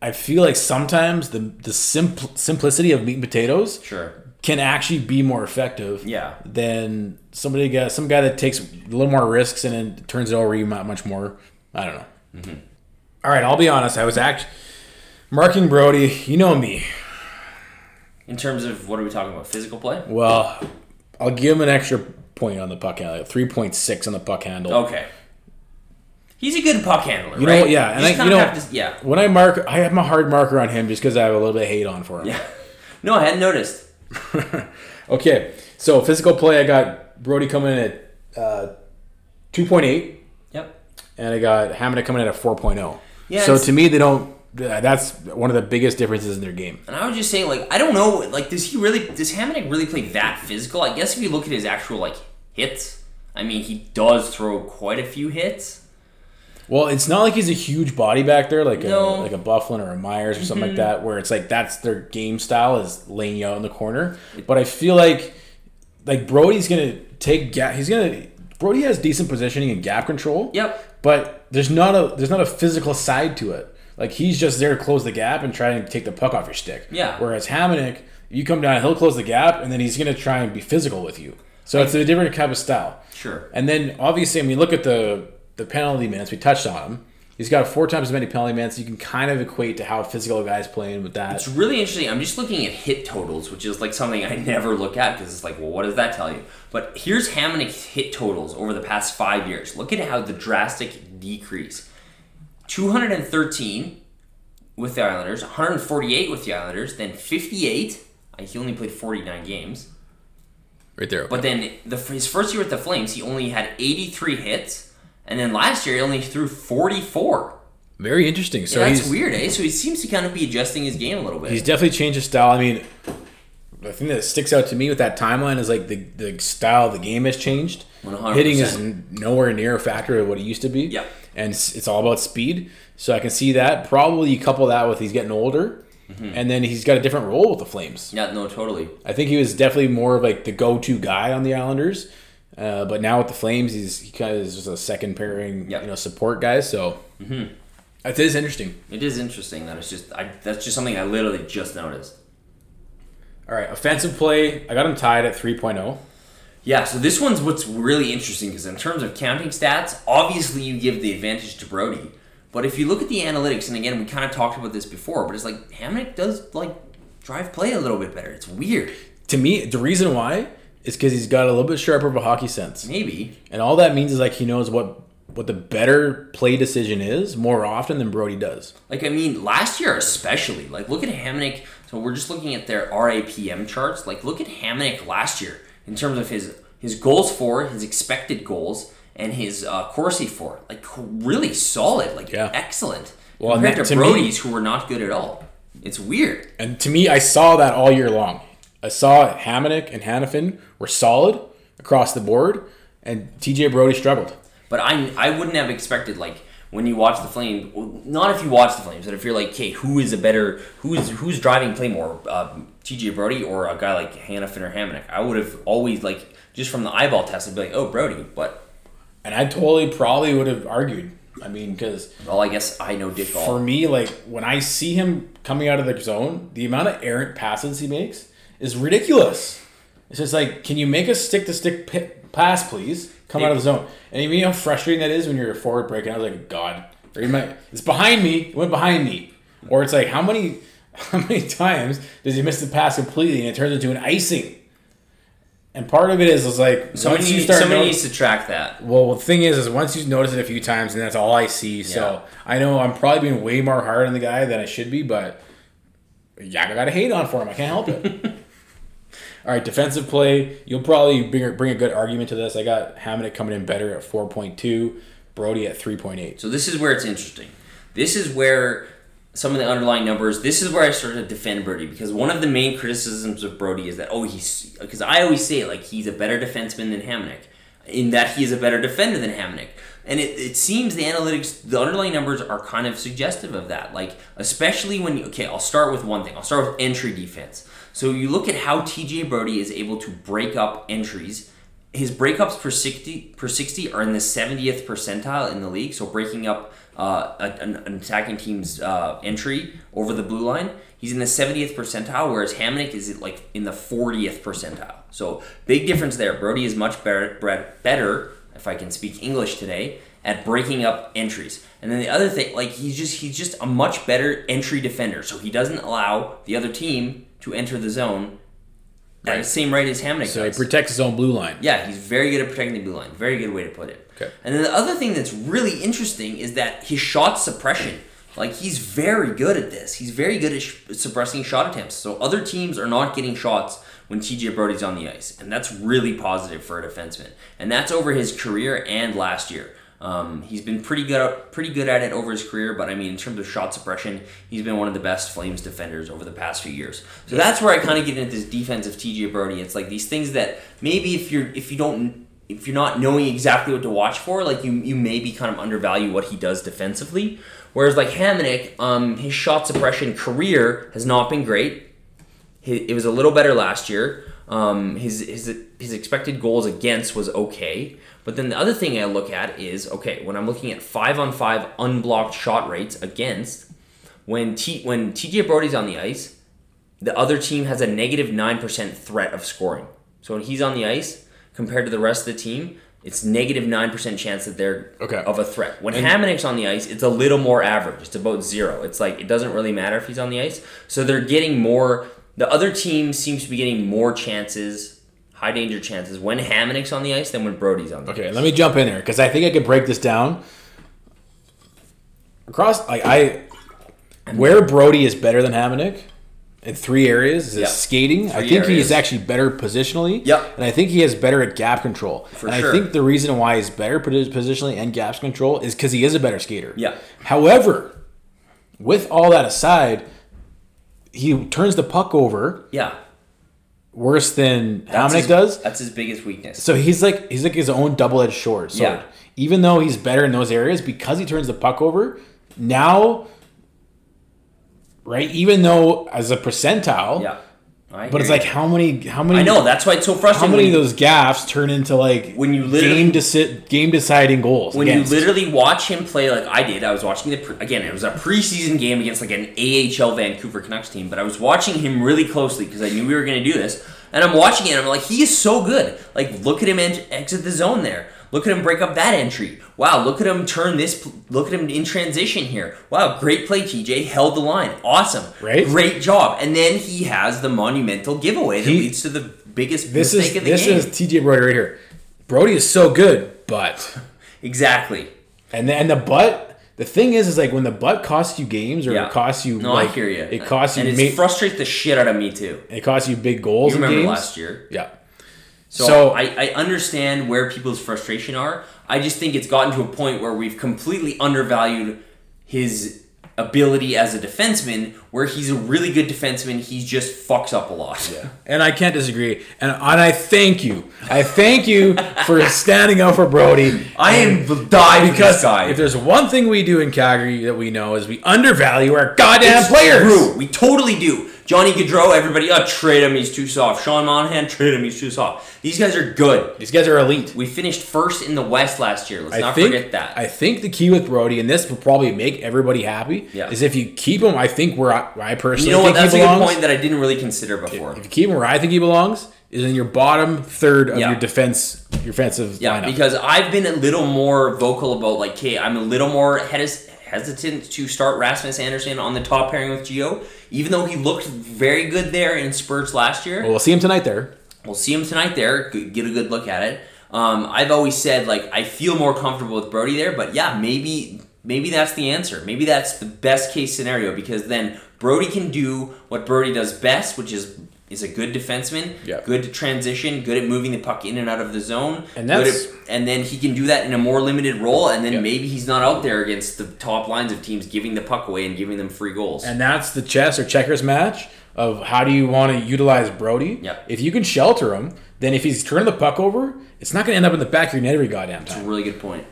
I feel like sometimes the the simple simplicity of meat and potatoes
Sure.
can actually be more effective.
Yeah.
Than somebody got some guy that takes a little more risks and then turns it over you mu- much more. I don't know. Mm-hmm. All right, I'll be honest. I was actually marking Brody. You know me.
In terms of what are we talking about? Physical play?
Well, I'll give him an extra point on the puck handle, like three point six on the puck handle.
Okay. He's a good puck handler,
You know,
right?
yeah, and
He's
I,
kind
you
of
know,
have to- yeah.
when I mark, I have my hard marker on him just because I have a little bit of hate on for him.
Yeah. No, I hadn't noticed.
Okay, so physical play, I got Brody coming in at uh, 2.8,
Yep.
and I got Hamada coming in at 4.0.
Yeah,
so
it's-
to me, they don't. That's one of the biggest differences in their game.
And I was just saying, like, I don't know, like, does he really, does Hamannik really play that physical? I guess if you look at his actual, like, hits, I mean, he does throw quite a few hits.
Well, it's not like he's a huge body back there, like
No. Mm-hmm.
a like a Bufflin or a Myers or something like that, where it's like that's their game style is laying you out in the corner. But I feel like like Brody's gonna take gap. He's gonna Brody has decent positioning and gap control.
Yep.
But there's not a there's not a physical side to it. Like he's just there to close the gap and try and take the puck off your stick.
Yeah.
Whereas Hamannik, you come down, he'll close the gap, and then he's gonna try and be physical with you. So it's a different type of style.
Sure.
And then obviously, I mean, look at the the penalty minutes. We touched on him. He's got four times as many penalty minutes. You can kind of equate to how physical a guy's playing with that.
It's really interesting. I'm just looking at hit totals, which is like something I never look at because it's like, well, what does that tell you? But here's Hamannik's hit totals over the past five years. Look at how the drastic decrease 213 with the Islanders, 148 with the Islanders, then 58. Uh, He only played 49 games.
Right there.
But then the, his first year with the Flames, he only had 83 hits. And then last year, he only threw 44.
Very interesting. So
That's
he's,
weird, eh? So he seems to kind of be adjusting his game a little bit.
he's definitely changed his style. I mean, the thing that sticks out to me with that timeline is like the, the style of the game has changed.
100%.
Hitting is n- nowhere near a factor of what it used to be.
Yeah.
And it's, it's all about speed. So I can see that. Probably you couple that with he's getting older. And then he's got a different role with the Flames.
yeah, no, totally.
I think he was definitely more of like the go-to guy on the Islanders, uh, but now with the Flames, he's he kind of is just a second pairing,
Yep.
you know, support guy. So that is interesting.
It is interesting that it's just I, that's just something I literally just noticed.
All right, offensive play, I got him tied at oh. 3.0.
Yeah, so this one's what's really interesting because in terms of counting stats, obviously you give the advantage to Brody. But if you look at the analytics, and again we kind of talked about this before, but it's like Hamnick does like drive play a little bit better. It's weird,
To me, the reason why is because he's got a little bit sharper of a hockey sense,
maybe.
and all that means is like he knows what what the better play decision is more often than Brody does.
Like I mean, last year especially, like look at Hamnick. So we're just looking at their RAPM charts. Like look at Hamnick last year in terms of his his goals for, his expected goals, and his uh, Corsi for. Like really solid, like
Yeah.
excellent.
Well, and
compared
that-
to,
to me-
Brody's who were not good at all. It's weird.
And to me, I saw that all year long. I saw Hamannik and Hannafin were solid across the board, and TJ Brody struggled.
But I I wouldn't have expected like when you watch the flame, not if you watch the flames, but if you're like, okay, who is a better who's who's driving play more, uh, TJ Brody or a guy like Hannafin or Hamannik? I would have always like just from the eyeball test, I'd be like, oh Brody, but
And I totally probably would have argued I mean, because
Well, I guess I know dick all.
for me, like when I see him coming out of the zone, the amount of errant passes he makes is ridiculous. It's just like, can you make a stick to stick pi pass, please? Come out of the zone. And you know how frustrating that is when you're a forward breaking. I was like, God, or you might, it's behind me. It went behind me. Or it's like, how many, how many times does he miss the pass completely and it turns into an icing? And part of it is, is like
Somebody,
once you
needs-
start
somebody
noticing-
needs to track that.
well, the thing is, is once you notice it a few times, and that's all I see. So I know I'm probably being way more hard on the guy than I should be, but yeah, I got to hate on for him. I can't help it. all right, defensive play. You'll probably bring a, bring a good argument to this. I got Hammond coming in better at 4.2, Brody at 3.8.
So this is where it's interesting. This is where some of the underlying numbers. This is where I started to defend Brody because one of the main criticisms of Brody is that oh he's because I always say like he's a better defenseman than Hamnick, in that he is a better defender than Hamnick. And it, it seems the analytics, the underlying numbers are kind of suggestive of that. Like, especially when, you, okay, I'll start with one thing. I'll start with entry defense. So you look at how TJ Brody is able to break up entries his breakups per 60 per 60 are in the 70th percentile in the league so breaking up uh, a- an, an attacking team's uh, entry over the blue line he's in the 70th percentile whereas Hamnick is like in the 40th percentile so big difference there Brody is much better bre- better if I can speak English today at breaking up entries and then the other thing like he's just he's just a much better entry defender so he doesn't allow the other team to enter the zone at the same rate as Hamnick
So he
does.
protects his own blue line.
Yeah, he's very good at protecting the blue line. Very good way to put it.
Okay.
And then the other thing that's really interesting is that his shot suppression. Like he's very good at this. He's very good at sh- suppressing shot attempts. So other teams are not getting shots when TJ Brody's on the ice, and that's really positive for a defenseman. And that's over his career and last year. Um, he's been pretty good, pretty good at it over his career. But I mean, in terms of shot suppression, he's been one of the best Flames defenders over the past few years. So that's where I kind of get into this defense of TJ Brody. It's like these things that maybe if you're if you don't if you're not knowing exactly what to watch for, like you you maybe kind of undervalue what he does defensively. Whereas like Hamannik, um, his shot suppression career has not been great his, it was a little better last year. Um, his his his expected goals against was okay, but then the other thing I look at is okay when I'm looking at five on five unblocked shot rates against when T when TJ Brody's on the ice, the other team has a negative nine percent threat of scoring. So when he's on the ice compared to the rest of the team, it's negative nine percent chance that they're
Okay.
of a threat. When Hamannik's on the ice, it's a little more average. It's about zero. It's like it doesn't really matter if he's on the ice. So they're getting more. The other team seems to be getting more chances, high danger chances, when Hamannik's on the ice than when Brody's on the ice.
Okay, let me jump in there because I think I could break this down. Across, like I, where Brody is better than Hamannik in three areas is
Yeah.
skating. I
Three
think he is
areas.
actually better positionally.
Yep.
and I think he is better at gap control. For and I
sure.
think the reason why he's better posi- positionally and gaps control is because he is a better skater.
Yeah.
However, with all that aside, he turns the puck over
Yeah.
worse than
That's
Hamannik
his-
does.
That's his biggest weakness.
So he's like he's like his own double edged sword. So
Yeah.
even though he's better in those areas, because he turns the puck over, now right, even though as a percentile,
yeah. I
but it's
hear
like
you.
how many how many
I know that's why it's so
how
frustrating.
many
when
of
you-
those gaffes turn into like
When you literally-
game deci- game deciding goals.
when
against.
you literally watch him play like I did, I was watching the pre- again. It was a preseason game against like an AHL Vancouver Canucks team, but I was watching him really closely because I knew we were going to do this. And I'm watching it. and I'm like, he is so good. Like, look at him en- exit the zone there. Look at him break up that entry. Wow, look at him turn this. pl- Look at him in transition here. Wow, great play, TJ. Held the line. Awesome.
Right?
Great job. And then he has the monumental giveaway that
He-
leads to the biggest
this
mistake
is
of the
this
game.
is TJ Brody right here. Brody is so good, but
exactly.
And the, and the butt, the thing is, is like when the butt costs you games or
Yeah.
it costs you,
No,
like,
I hear you.
It costs you,
and it
ma-
frustrates the shit out of me too.
it costs you big goals.
You
in
remember
games.
last year.
Yeah.
So,
So-
I, I understand where people's frustration are. I just think it's gotten to a point where we've completely undervalued his ability as a defenseman, where he's a really good defenseman. He just fucks up a lot. Yeah.
And I can't disagree. And, and I thank you. I thank you for standing up for Brody.
I am dying because this
Because
guy.
if there's one thing we do in Calgary that we know is we undervalue our goddamn
It's
players.
true. We totally do. Johnny Gaudreau, everybody, oh, trade him, he's too soft. Sean Monahan, trade him, he's too soft. These guys are good.
These guys are elite.
We finished first in the West last year. Let's
I
not
think,
forget that.
I think the key with Brody, and this will probably make everybody happy,
Yeah.
is if you keep him. I think where I, where I personally
you know what?
think
That's a
he
good
belongs.
point that I didn't really consider before.
If you keep him where I think he belongs, is in your bottom third of
Yeah.
your defense, your offensive
Yeah,
lineup.
because I've been a little more vocal about like, hey, I'm a little more hes- hesitant to start Rasmus Anderson on the top pairing with Geo, even though he looked very good there in spurts last year.
well, we'll see him tonight there.
We'll see him tonight there. g- Get a good look at it. Um, I've always said like I feel more comfortable with Brody there, but yeah, maybe maybe that's the answer. Maybe that's the best case scenario because then Brody can do what Brody does best, which is is a good defenseman,
Yeah.
good to transition, good at moving the puck in and out of the zone,
And
good at-
that's-
and then he can do that in a more limited role, and then
Yeah.
maybe he's not out there against the top lines of teams giving the puck away and giving them free goals.
And that's the chess or checkers match of how do you want to utilize Brody.
Yeah.
If you can shelter him, then if he's turning the puck over, it's not going to end up in the back of your net every goddamn
that's a
time.
really good point.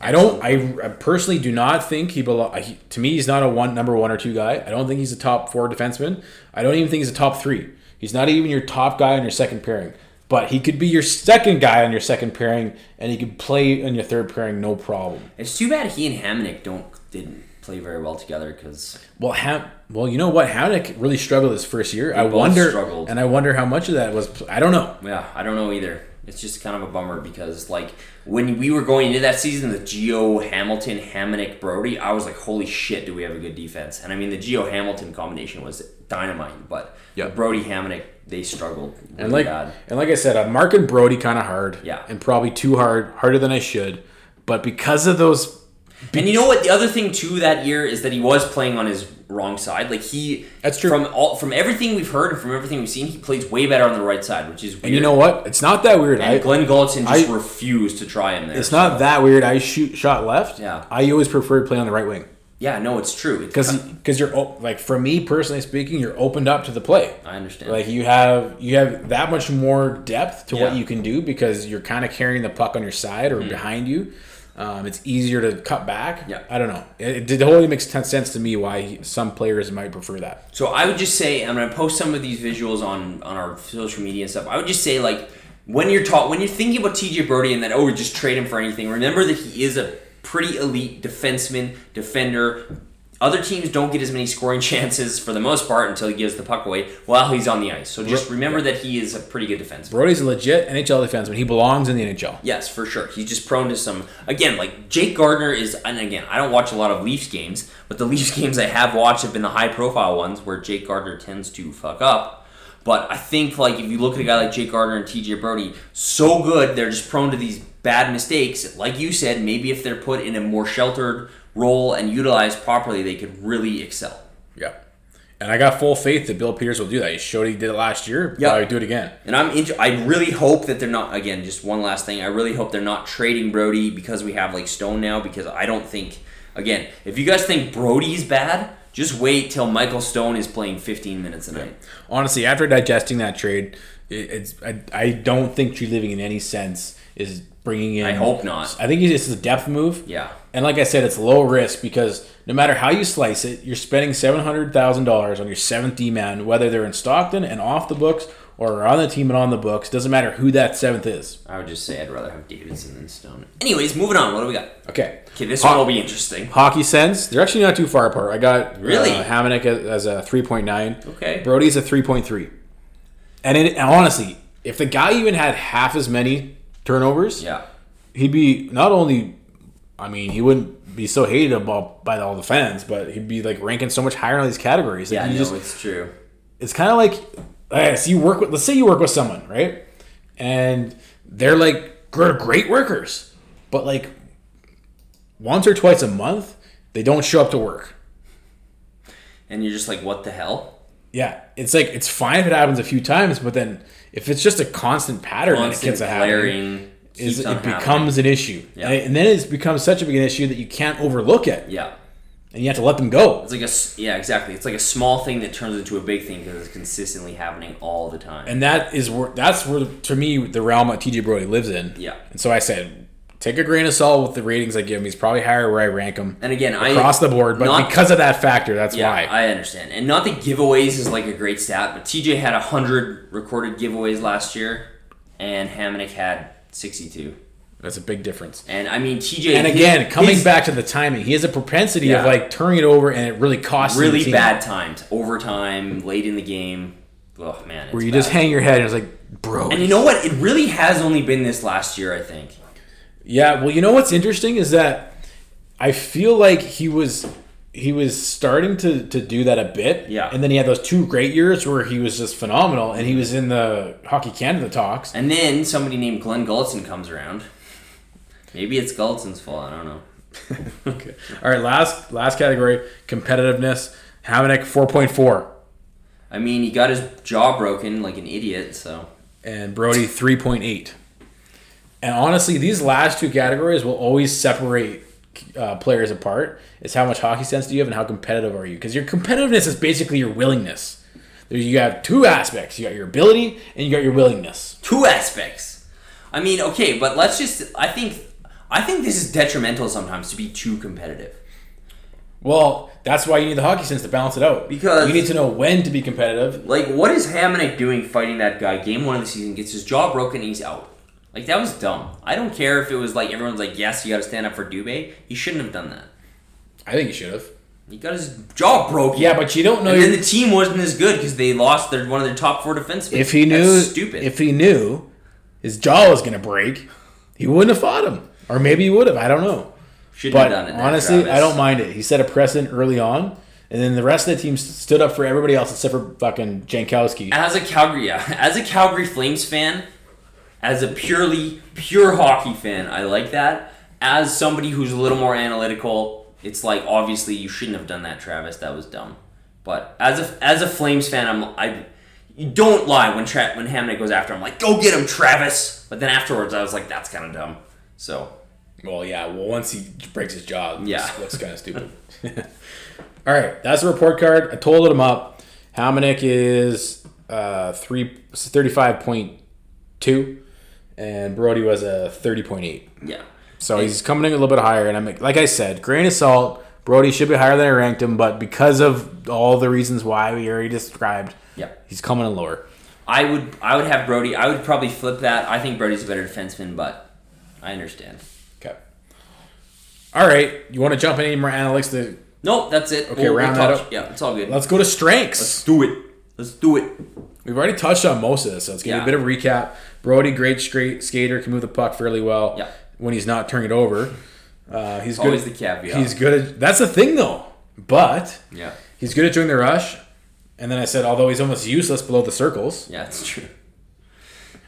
I don't. I, I personally do not think he belongs. To me, he's not a one number one or two guy. I don't think he's a top four defenseman. I don't even think he's a top three. He's not even your top guy on your second pairing. But he could be your second guy on your second pairing, and he could play on your third pairing, no problem.
It's too bad he and Hamnick don't didn't play very well together because
Well, Ham. Well, you know what? Havoc really struggled his first year. I
both
wonder,
struggled.
and I wonder how much of that was. I don't know.
yeah, I don't know either. It's just kind of a bummer because like when we were going into that season, the Geo Hamilton Hamnick Brody, I was like, holy shit, do we have a good defense? And I mean, the Geo Hamilton combination was dynamite, but
Yeah.
Brody Hamnick they struggled really
And like,
bad.
and like I said, I'm marking Brody kind of hard.
Yeah.
and probably too hard, harder than I should. But because of those,
And you know what? The other thing too that year is that he was playing on his wrong side. Like he,
That's true.
From all from everything we've heard and from everything we've seen, he plays way better on the right side, which is weird.
and you know what? It's not that weird. I,
And Glenn Gulleton just
I-
refused to try him there.
it's not that weird. I shoot shot left.
Yeah.
I always prefer playing on the right wing
Yeah, no, it's true. It's-
because because you're op- like for me personally speaking, you're opened up to the play.
I understand.
Like you have you have that much more depth to what
Yeah. Mm-hmm.
you can do because you're kind of carrying the puck on your side or behind you. Um, it's easier to cut back.
Yeah.
I don't know. It, it totally makes ten sense to me why he- some players might prefer that.
so I would just say I'm gonna post some of these visuals on on our social media and stuff. I would just say like when you're taught when you're thinking about TJ Brody and that oh we just trade him for anything. Remember that he is a pretty elite defenseman defender. Other teams don't get as many scoring chances for the most part until he gives the puck away while he's on the ice. So just remember that he is a pretty good defenseman.
Brody's a legit NHL defenseman. He belongs in the NHL.
Yes, for sure. He's just prone to some. Again, like Jake Gardner is, and again, I don't watch a lot of Leafs games, but the Leafs games I have watched have been the high profile ones where Jake Gardner tends to fuck up. But I think, like, if you look at a guy like Jake Gardner and TJ Brody, so good, they're just prone to these bad mistakes. Like you said, maybe if they're put in a more sheltered role and utilized properly, they could really excel.
Yeah. And I got full faith that Bill Peters will do that. He showed he did it last year.
Yeah.
Yeah. Probably do it again.
And I'm int- I really hope that they're not again just one last thing. I really hope they're not trading Brody because we have like Stone now because I don't think again, if you guys think Brody's bad, just wait till Michael Stone is playing 15 minutes a night.
honestly, after digesting that trade, it, it's I, I don't think tree living in any sense is bringing in. I
hope not.
I think it's a depth move.
Yeah.
And like I said, it's low risk because no matter how you slice it, you're spending seven hundred thousand dollars on your seventh D man, whether they're in Stockton and off the books or on the team and on the books. Doesn't matter who that seventh is.
I would just say I'd rather have Davidson than Stone. Anyways, moving on. What do we got?
Okay.
Okay, this one will be interesting.
Hockey sense, they're actually not too far apart. I got
Really?
uh, Hamonic as, as a three point nine.
Okay.
Brody's a three point three. And it and honestly, if the guy even had half as many turnovers,
Yeah.
he'd be not only. I mean, he wouldn't be so hated about by all the fans, but he'd be like ranking so much higher in all these categories. Like,
Yeah,
you
no,
just-
it's true.
it's kind of like okay, so you work with let's say you work with someone right and they're like gr- great workers but like once or twice a month they don't show up to work
And you're just like, what the hell?
yeah it's like it's fine if it happens a few times but then if it's just a constant pattern that it
Constant
gets to happen
glaring.
is
keeps
it
on happening.
becomes an issue
Yeah.
and, and then it's becomes such a big issue that you can't overlook it
Yeah.
and you have to let them go
It's like a s- yeah, exactly. It's like a small thing that turns into a big thing because it's consistently happening all the time.
and that is where that's where to me the realm that TJ Brody lives in.
Yeah.
And so I said, Take a grain of salt with the ratings I give him. He's probably higher where I rank him
And again, I
across the board, but
not-
because of that factor, that's
Yeah,
why.
I understand. And not that giveaways is like a great stat, but TJ had 100 recorded giveaways last year, and Hamannik had 62.
that's a big difference.
And I mean, TJ.
And
his-
again, coming
his
back to the timing, he has a propensity
Yeah.
of like turning it over, and it really costs him the
Really
team.
bad times. Overtime, late in the game. Oh, man. It's
Where you
bad.
just hang your head and it's like, bro.
And you know what? It really has only been this last year, I think.
Yeah, well, you know what's interesting is that I feel like he was he was starting to to do that a bit.
Yeah.
And then he had those two great years where he was just phenomenal and he was in the Hockey Canada talks.
And then somebody named Glenn Gullitson comes around. Maybe it's Gullitson's fault. I don't know.
Okay. All right, last last category, competitiveness. Hamanek 4.4
I mean, he got his jaw broken like an idiot, so.
and Brody 3.8. And honestly, these last two categories will always separate uh, players apart. Is how much hockey sense do you have and how competitive are you? Because your competitiveness is basically your willingness. There you have two aspects. You got your ability and you got your willingness.
two aspects. I mean, okay, but let's just. I think, I think this is detrimental sometimes to be too competitive.
Well, that's why you need the hockey sense to balance it out.
Because-
you need to know when to be competitive.
Like, what is Hamannik doing fighting that guy? Game one of the season gets his jaw broken and he's out. Like that was dumb. I don't care if it was like everyone's like, yes, you got to stand up for Dubé. He shouldn't have done that.
I think you should have.
He got his jaw broken.
Yeah, but you don't know.
and
your-
then the team wasn't as good because they lost their one of their top four defensemen.
if he
That's
knew,
stupid.
if he knew his jaw was gonna break, he wouldn't have fought him, or maybe he would have. I don't know.
shouldn't
But
have done it. that,
honestly, I
Travis.
don't mind it. He set a precedent early on, and then the rest of the team s- stood up for everybody else except for fucking Jankowski.
as a Calgary, yeah, as a Calgary Flames fan, as a purely pure hockey fan, I like that. As somebody who's a little more analytical, it's like obviously you shouldn't have done that, Travis. That was dumb. But as a as a Flames fan, I'm I you don't lie when Tra- when Hamnick goes after him. Like go get him, Travis. But then afterwards, I was like, that's kind of dumb. So
Well, yeah. Well, once he breaks his jaw, it
Yeah.
looks kind of stupid. All right, that's the report card. I totaled him up. Hamonic is uh, three, 35.2, and Brody was a 30.8.
yeah,
So he's coming in a little bit higher, and I'm like I said, grain of salt. Brody should be higher than I ranked him, but because of all the reasons why we already described,
yeah.
he's coming in lower.
I would I would have Brody. I would probably flip that. I think Brody's a better defenseman, but I understand.
Okay. All right. You want to jump in any more analytics? To,
Nope, that's it.
Okay, round that
touch.
up.
Yeah, it's all good.
let's go to strengths.
do it. Let's do it.
We've already touched on most of this, so let's give you
Yeah.
a bit of recap. Brody, great straight skater, can move the puck fairly well
Yeah.
when he's not turning it over. Uh, he's good.
Always the caveat.
He's good. At, that's the thing, though. But
Yeah.
he's good at doing the rush. And then I said, although he's almost useless below the circles,
Yeah, it's true.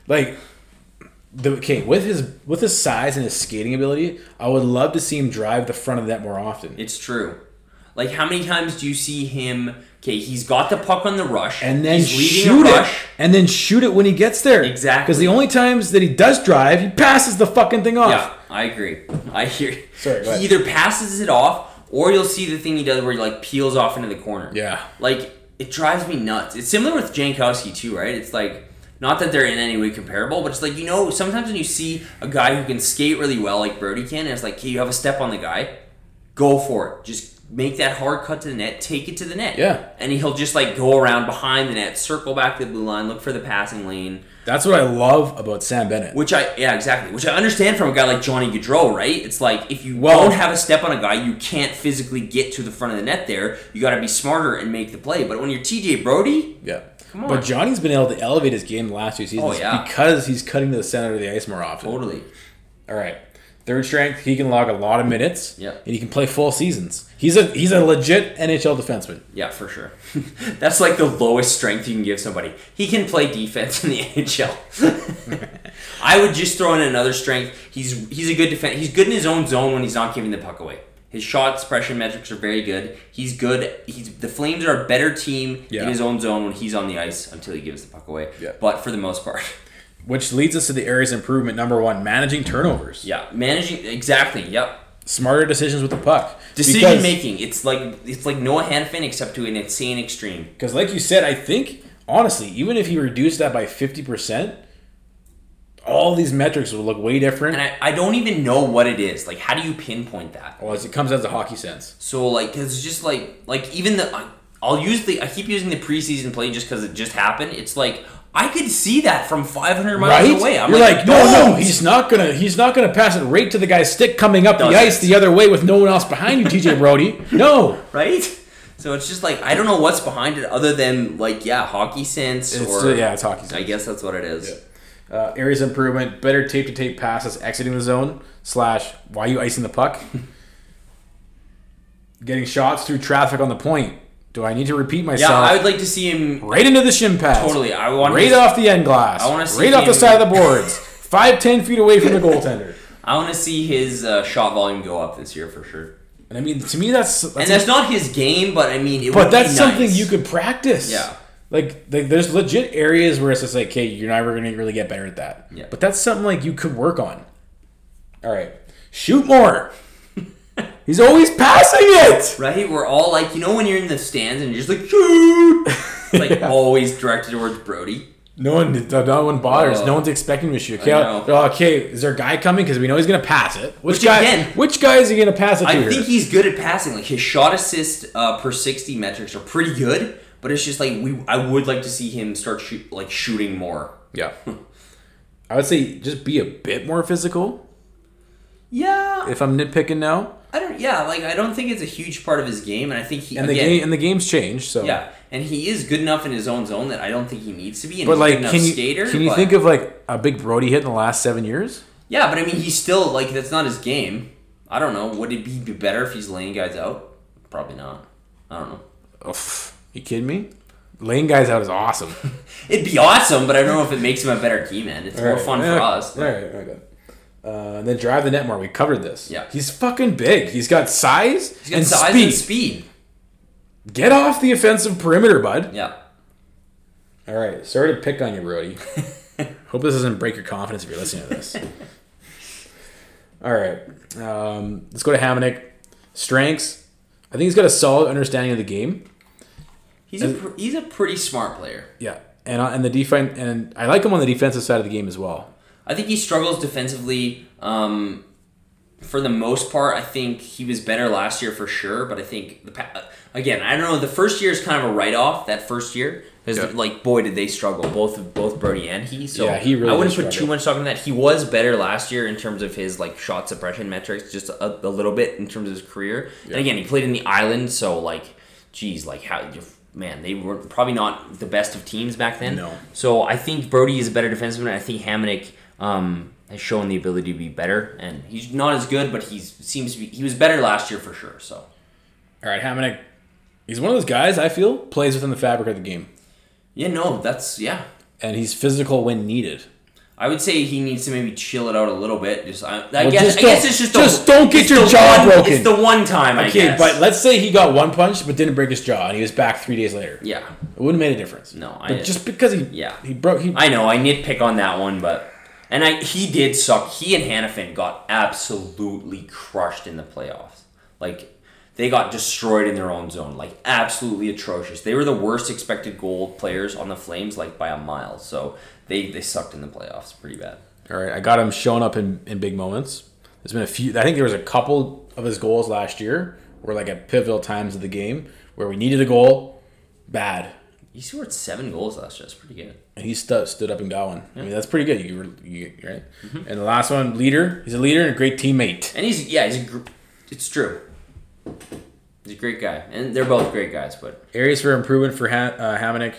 like the okay with his with his size and his skating ability, I would love to see him drive the front of the net more often.
It's true. Like how many times do you see him? Okay, he's got the puck on the rush,
and then
he's
shoot it, and then shoot it when he gets there.
Exactly.
Because the only times that he does drive, he passes the fucking thing off.
Yeah, I agree. I hear.
Sorry, go
he
ahead.
either passes it off, or you'll see the thing he does where he like peels off into the corner.
Yeah.
Like it drives me nuts. It's similar with Jankowski too, right? It's like not that they're in any way comparable, but it's like you know sometimes when you see a guy who can skate really well, like Brody can, and it's like hey, you have a step on the guy, go for it. Just make that hard cut to the net, take it to the net.
Yeah.
And he'll just like go around behind the net, circle back to the blue line, look for the passing lane.
That's what I love about Sam Bennett.
Which I yeah exactly. Which I understand from a guy like Johnny Gaudreau, right? It's like if you
Well-
don't have a step on a guy, you can't physically get to the front of the net. There, you got to be smarter and make the play. But when you're TJ Brody,
yeah.
Come on.
But Johnny's been able to elevate his game the last few seasons
Oh, yeah.
because he's cutting to the center of the ice more often.
totally,
All right. Third strength, he can log a lot of minutes.
Yeah.
And he can play full seasons. He's a he's a legit NHL defenseman.
yeah, for sure. That's like the lowest strength you can give somebody. He can play defense in the NHL. I would just throw in another strength. He's he's a good defense. He's good in his own zone when he's not giving the puck away. His shots, pressure metrics are very good. He's good. He's the Flames are a better team
Yeah.
in his own zone when he's on the ice until he gives the puck away.
Yeah.
But for the most part,
Which leads us to the areas of improvement number one, managing turnovers.
yeah, managing exactly. Yep.
Smarter decisions with the puck.
Decision
Because-
making. It's like it's like Noah Hanfin except to an insane extreme.
Because, like you said, I think honestly, even if he reduced that by fifty percent, all these metrics will look way different.
And I, I don't even know what it is. Like, how do you pinpoint that?
well, it comes as a hockey sense.
So, like, 'cause it's just like, like even the, I, I'll use the, I keep using the preseason play just because it just happened. It's like, I could see that from 500 miles
Right?
away. I'm
You're like, no, no,
"Don't!"
he's not gonna, he's not gonna pass it right to the guy's stick coming up the
Doesn't.
ice the other way with no one else behind you, TJ Brody. No,
right? So it's just like I don't know what's behind it other than like yeah, hockey sense
it's, uh,
or
yeah, it's hockey sense.
I guess that's what it is.
Uh, areas of improvement, better tape to tape passes exiting the zone, slash, why you icing the puck? Getting shots through traffic on the point. Do I need to repeat
Yeah,
myself?
I would like to see him
right into the shin pads.
totally. I want
Right
to,
off the end glass.
I wanna see
Right off the
him-
side of the boards. Five, ten feet away from the goaltender.
I want to see his uh, shot volume go up this year for sure.
And I mean, to me, that's. that's
And that's not his game, but I mean, it would
but that's
be
something
nice.
you could practice.
Yeah.
Like, like, there's legit areas where it's just like, hey, you're never going to really get better at that.
Yeah.
But that's something like you could work on. All right. Shoot more. He's always passing it.
Right, we're all like, you know, when you're in the stands and you're just like, shoot, It's, like
Yeah.
always directed towards Brody.
No one, no one bothers.
Oh.
no one's expecting him to shoot. Okay,
I know.
oh, okay, is there a guy coming? Because we know he's gonna pass it. Which,
Which
guy?
again-
which guy is he gonna pass it to?
I
here?
think he's good at passing. Like his shot assist uh, per sixty metrics are pretty good, but it's just like we. I would like to see him start shoot like shooting more.
Yeah. I would say just be a bit more physical
Yeah,
if I'm nitpicking now.
I don't. Yeah, like I don't think it's a huge part of his game, and I think he
And the
again.
game and the game's changed, so
yeah, and he is good enough in his own zone that I don't think he needs to be. And
But
he's a
like
good enough
can you
skater,
can you
but-
think of like a big Brody hit in the last 7 years?
Yeah, but I mean, he's still like that's not his game. I don't know. Would it be be better if he's laying guys out? Probably not. I don't know.
Oof, you kidding me? Laying guys out is awesome.
It'd be awesome, but I don't know if it makes him a better key man. It's more fun for us.
All right, all right. Uh, and then drive the net more. We covered this.
Yeah.
he's fucking big. He's got size
He's got
and
size
speed.
and speed.
Get off the offensive perimeter, bud.
Yeah.
All right, sorry to pick on you, Brody. Hope this doesn't break your confidence if you're listening to this. All right, um, let's go to Hamannik. Strengths. I think he's got a solid understanding of the game.
He's a pr- he's a pretty smart player.
Yeah, and on- and the defense, and I like him on the defensive side of the game as well.
I think he struggles defensively. Um, for the most part, I think he was better last year for sure. But I think the pa- uh, again, I don't know. The first year is kind of a write off. That first year because
Yeah.
like boy did they struggle both both Brody and he. So
Yeah, he really
I wouldn't
did
put
struggle.
too much stock in that. He was better last year in terms of his like shot suppression metrics, just a, a little bit in terms of his career. And again, he played in the island, so like, geez, like how. Man, they were probably not the best of teams back then.
No.
So I think Brody is a better defenseman. I think Hamonic um, has shown the ability to be better, and he's not as good, but he seems to be. He was better last year for sure. So
All right, Hamannik. He's one of those guys I feel plays within the fabric of the game,
yeah, no, that's yeah.
and he's physical when needed.
I would say he needs to maybe chill it out a little bit. Just I, I
Well,
guess
just
I guess
don't-
it's just
just
the,
don't get
it's
your
the
jaw
one-
broken.
It's the one time I
Okay,
guess.
but let's say he got one punch but didn't break his jaw, and he was back three days later.
yeah,
It wouldn't have made a difference.
No, I-
but just because he
Yeah.
he broke he
I know I nitpick on that one, but and I he did suck. He and Hannafin got absolutely crushed in the playoffs. Like they got destroyed in their own zone, like absolutely atrocious. They were the worst expected goal players on the Flames, like by a mile. So they they sucked in the playoffs pretty bad.
All right, I got him showing up in, in big moments. There's been a few. I think there was a couple of his goals last year were like at pivotal times of the game where we needed a goal, bad,
He scored seven goals last year. That's pretty good.
and he stu- stood up and got one. I mean, that's pretty good. You, were- you right? And the last one, leader. He's a leader and a great teammate.
And he's yeah, he's a gr- it's true. He's a great guy, and they're both great guys. But
Areas for improvement for ha- uh, Hamonic.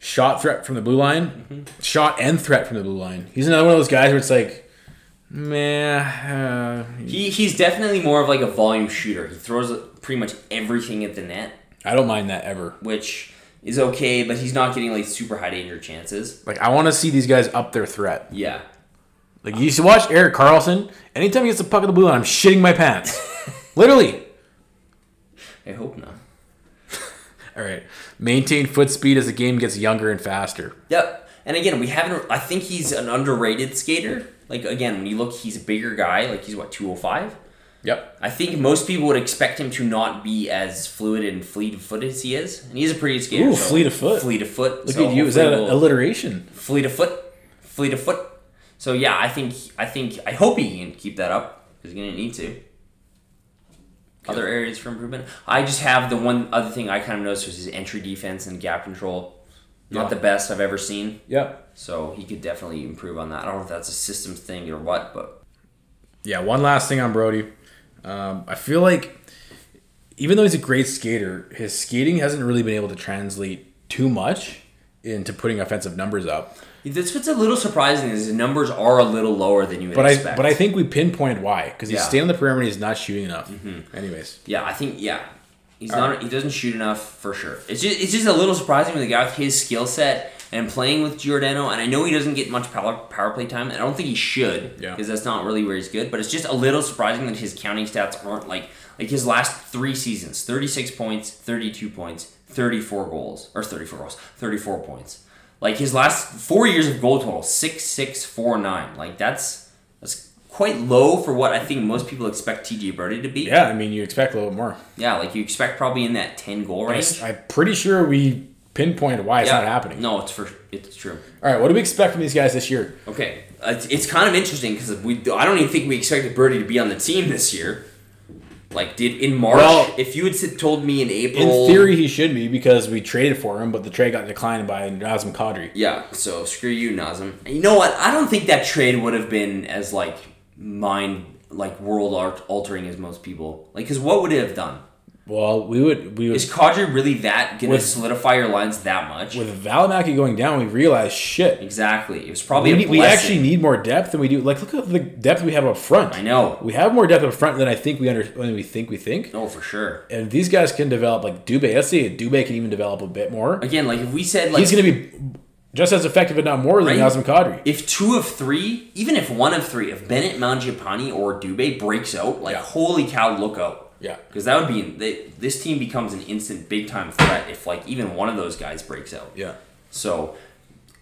Shot threat from the blue line, shot and threat from the blue line. He's another one of those guys where it's like, man, uh,
he he's definitely more of like a volume shooter. He throws pretty much everything at the net,
I don't mind that ever.
which is okay, but he's not getting like super high danger chances.
Like I want to see these guys up their threat.
Yeah,
Like you should watch Eric Carlson. Anytime he gets the puck in the blue line, I'm shitting my pants. Literally.
I hope not.
All right. Maintain foot speed as the game gets younger and faster.
Yep. And again, we haven't. I think he's an underrated skater. Like again, when you look, he's a bigger guy. Like he's what two hundred five.
Yep.
I think most people would expect him to not be as fluid and fleet of foot as he is, and he's a pretty good skater.
Ooh, fleet of foot.
Fleet of foot.
Look at you. Is that an alliteration?
fleet of foot, fleet of foot. So yeah, I think I think I hope he can keep that up. He's gonna need to. Other areas for improvement. I just have the one other thing I kind of noticed was his entry defense and gap control. Not
Yeah.
the best I've ever seen.
Yeah.
So he could definitely improve on that. I don't know if that's a systems thing or what, but
Yeah, one last thing on Brody. Um, I feel like even though he's a great skater, his skating hasn't really been able to translate too much into putting offensive numbers up.
that's what's a little surprising is the numbers are a little lower than you would
But I
expect.
but I think we pinpointed why because he's
Yeah.
staying on the perimeter, he's not shooting enough. Anyways,
Yeah, I think yeah. He's not he doesn't shoot enough for sure. It's just it's just a little surprising with a guy with his skill set and playing with Giordano and I know he doesn't get much power, power play time and I don't think he should
Yeah.
because that's not really where he's good, but it's just a little surprising that his counting stats aren't like like his last 3 seasons, 36 points, 32 points, 34 goals or 34 goals, 34 points. Like his last 4 years of goal total, 6649. Like that's that's quite low for what I think most people expect TJ Brody to be.
yeah, I mean you expect a little bit more.
Yeah, like you expect probably in that ten goal range.
I'm pretty sure we pinpointed why it's
yeah.
not happening.
No, it's for it's true.
All right, what do we expect from these guys this year?
Okay, it's, it's kind of interesting because we I don't even think we expected Birdie to be on the team this year. Like, did in March?
Well-
if you had said- told me in
In
April,
theory, he should be because we traded for him, but the trade got declined by Nazem Kadri.
yeah. So screw you, Nazem. And you know what? I don't think that trade would have been as like mind like world art altering as most people like. Because what would it have done?
Well, we would we would
Is Kadri really that gonna
With-
solidify your lines that much?
with Valimaki going down, we realized shit.
exactly. It was probably
We,
a
need- we
blessing.
actually need more depth than we do. Like, look at the depth we have up front.
I know.
we have more depth up front than I think we under than we think we think.
No, for sure.
And these guys can develop like Dubé. Let's see, if Dubé can even develop a bit more.
Again, like if we said like
He's going to be just as effective, if not more, than
Right.
Nazem Kadri.
if two of three, even if one of three, if Bennett Mangiapane or Dubé breaks out, like
Yeah.
holy cow, look out.
Yeah.
Because that would be they, this team becomes an instant big time threat if like even one of those guys breaks out.
Yeah.
So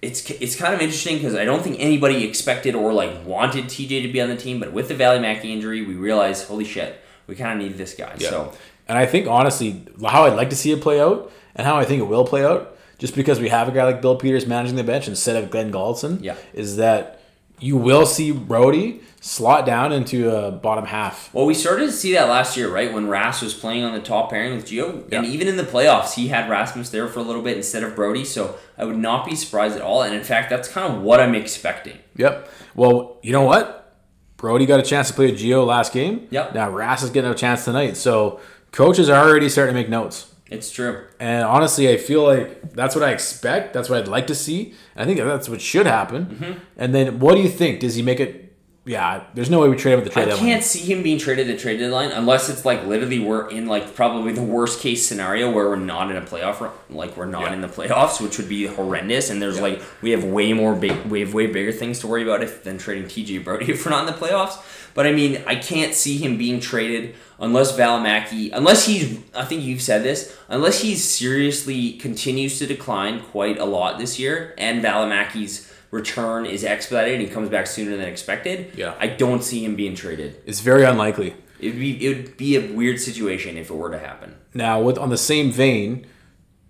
it's it's kind of interesting because I don't think anybody expected or like wanted TJ to be on the team, but with the Valley Mackey injury, we realized holy shit, we kind of need this guy. So
And I think honestly, how I'd like to see it play out, and how I think it will play out, just because we have a guy like Bill Peters managing the bench instead of Glenn Goldson,
Yeah.
is that you will see Brody slot down into a bottom half.
Well, we started to see that last year, right? When Rass was playing on the top pairing with Gio.
Yeah.
And even in the playoffs, he had Rasmus there for a little bit instead of Brody. So I would not be surprised at all. And in fact, that's kind of what I'm expecting.
Yep. Well, you know what? Brody got a chance to play with Geo last game.
Yep.
Now Rass is getting a chance tonight. So coaches are already starting to make notes.
It's true.
And honestly, I feel like that's what I expect. That's what I'd like to see. And I think that's what should happen.
Mm-hmm.
And then what do you think? Does he make it? Yeah, there's no way we trade him at the trade
I
deadline.
can't see him being traded at the trade deadline unless it's like literally we're in like probably the worst case scenario where we're not in a playoff run, like we're not
Yeah.
in the playoffs, which would be horrendous. And there's like we have way more big, we have way bigger things to worry about if than trading TJ Brody if we're not in the playoffs. But I mean, I can't see him being traded unless Valimaki, unless he's, I think you've said this, unless he seriously continues to decline quite a lot this year, and Valimaki's return is expedited and he comes back sooner than expected.
Yeah.
I don't see him being traded.
It's very unlikely.
It'd be it would be a weird situation if it were to happen.
Now, with on the same vein,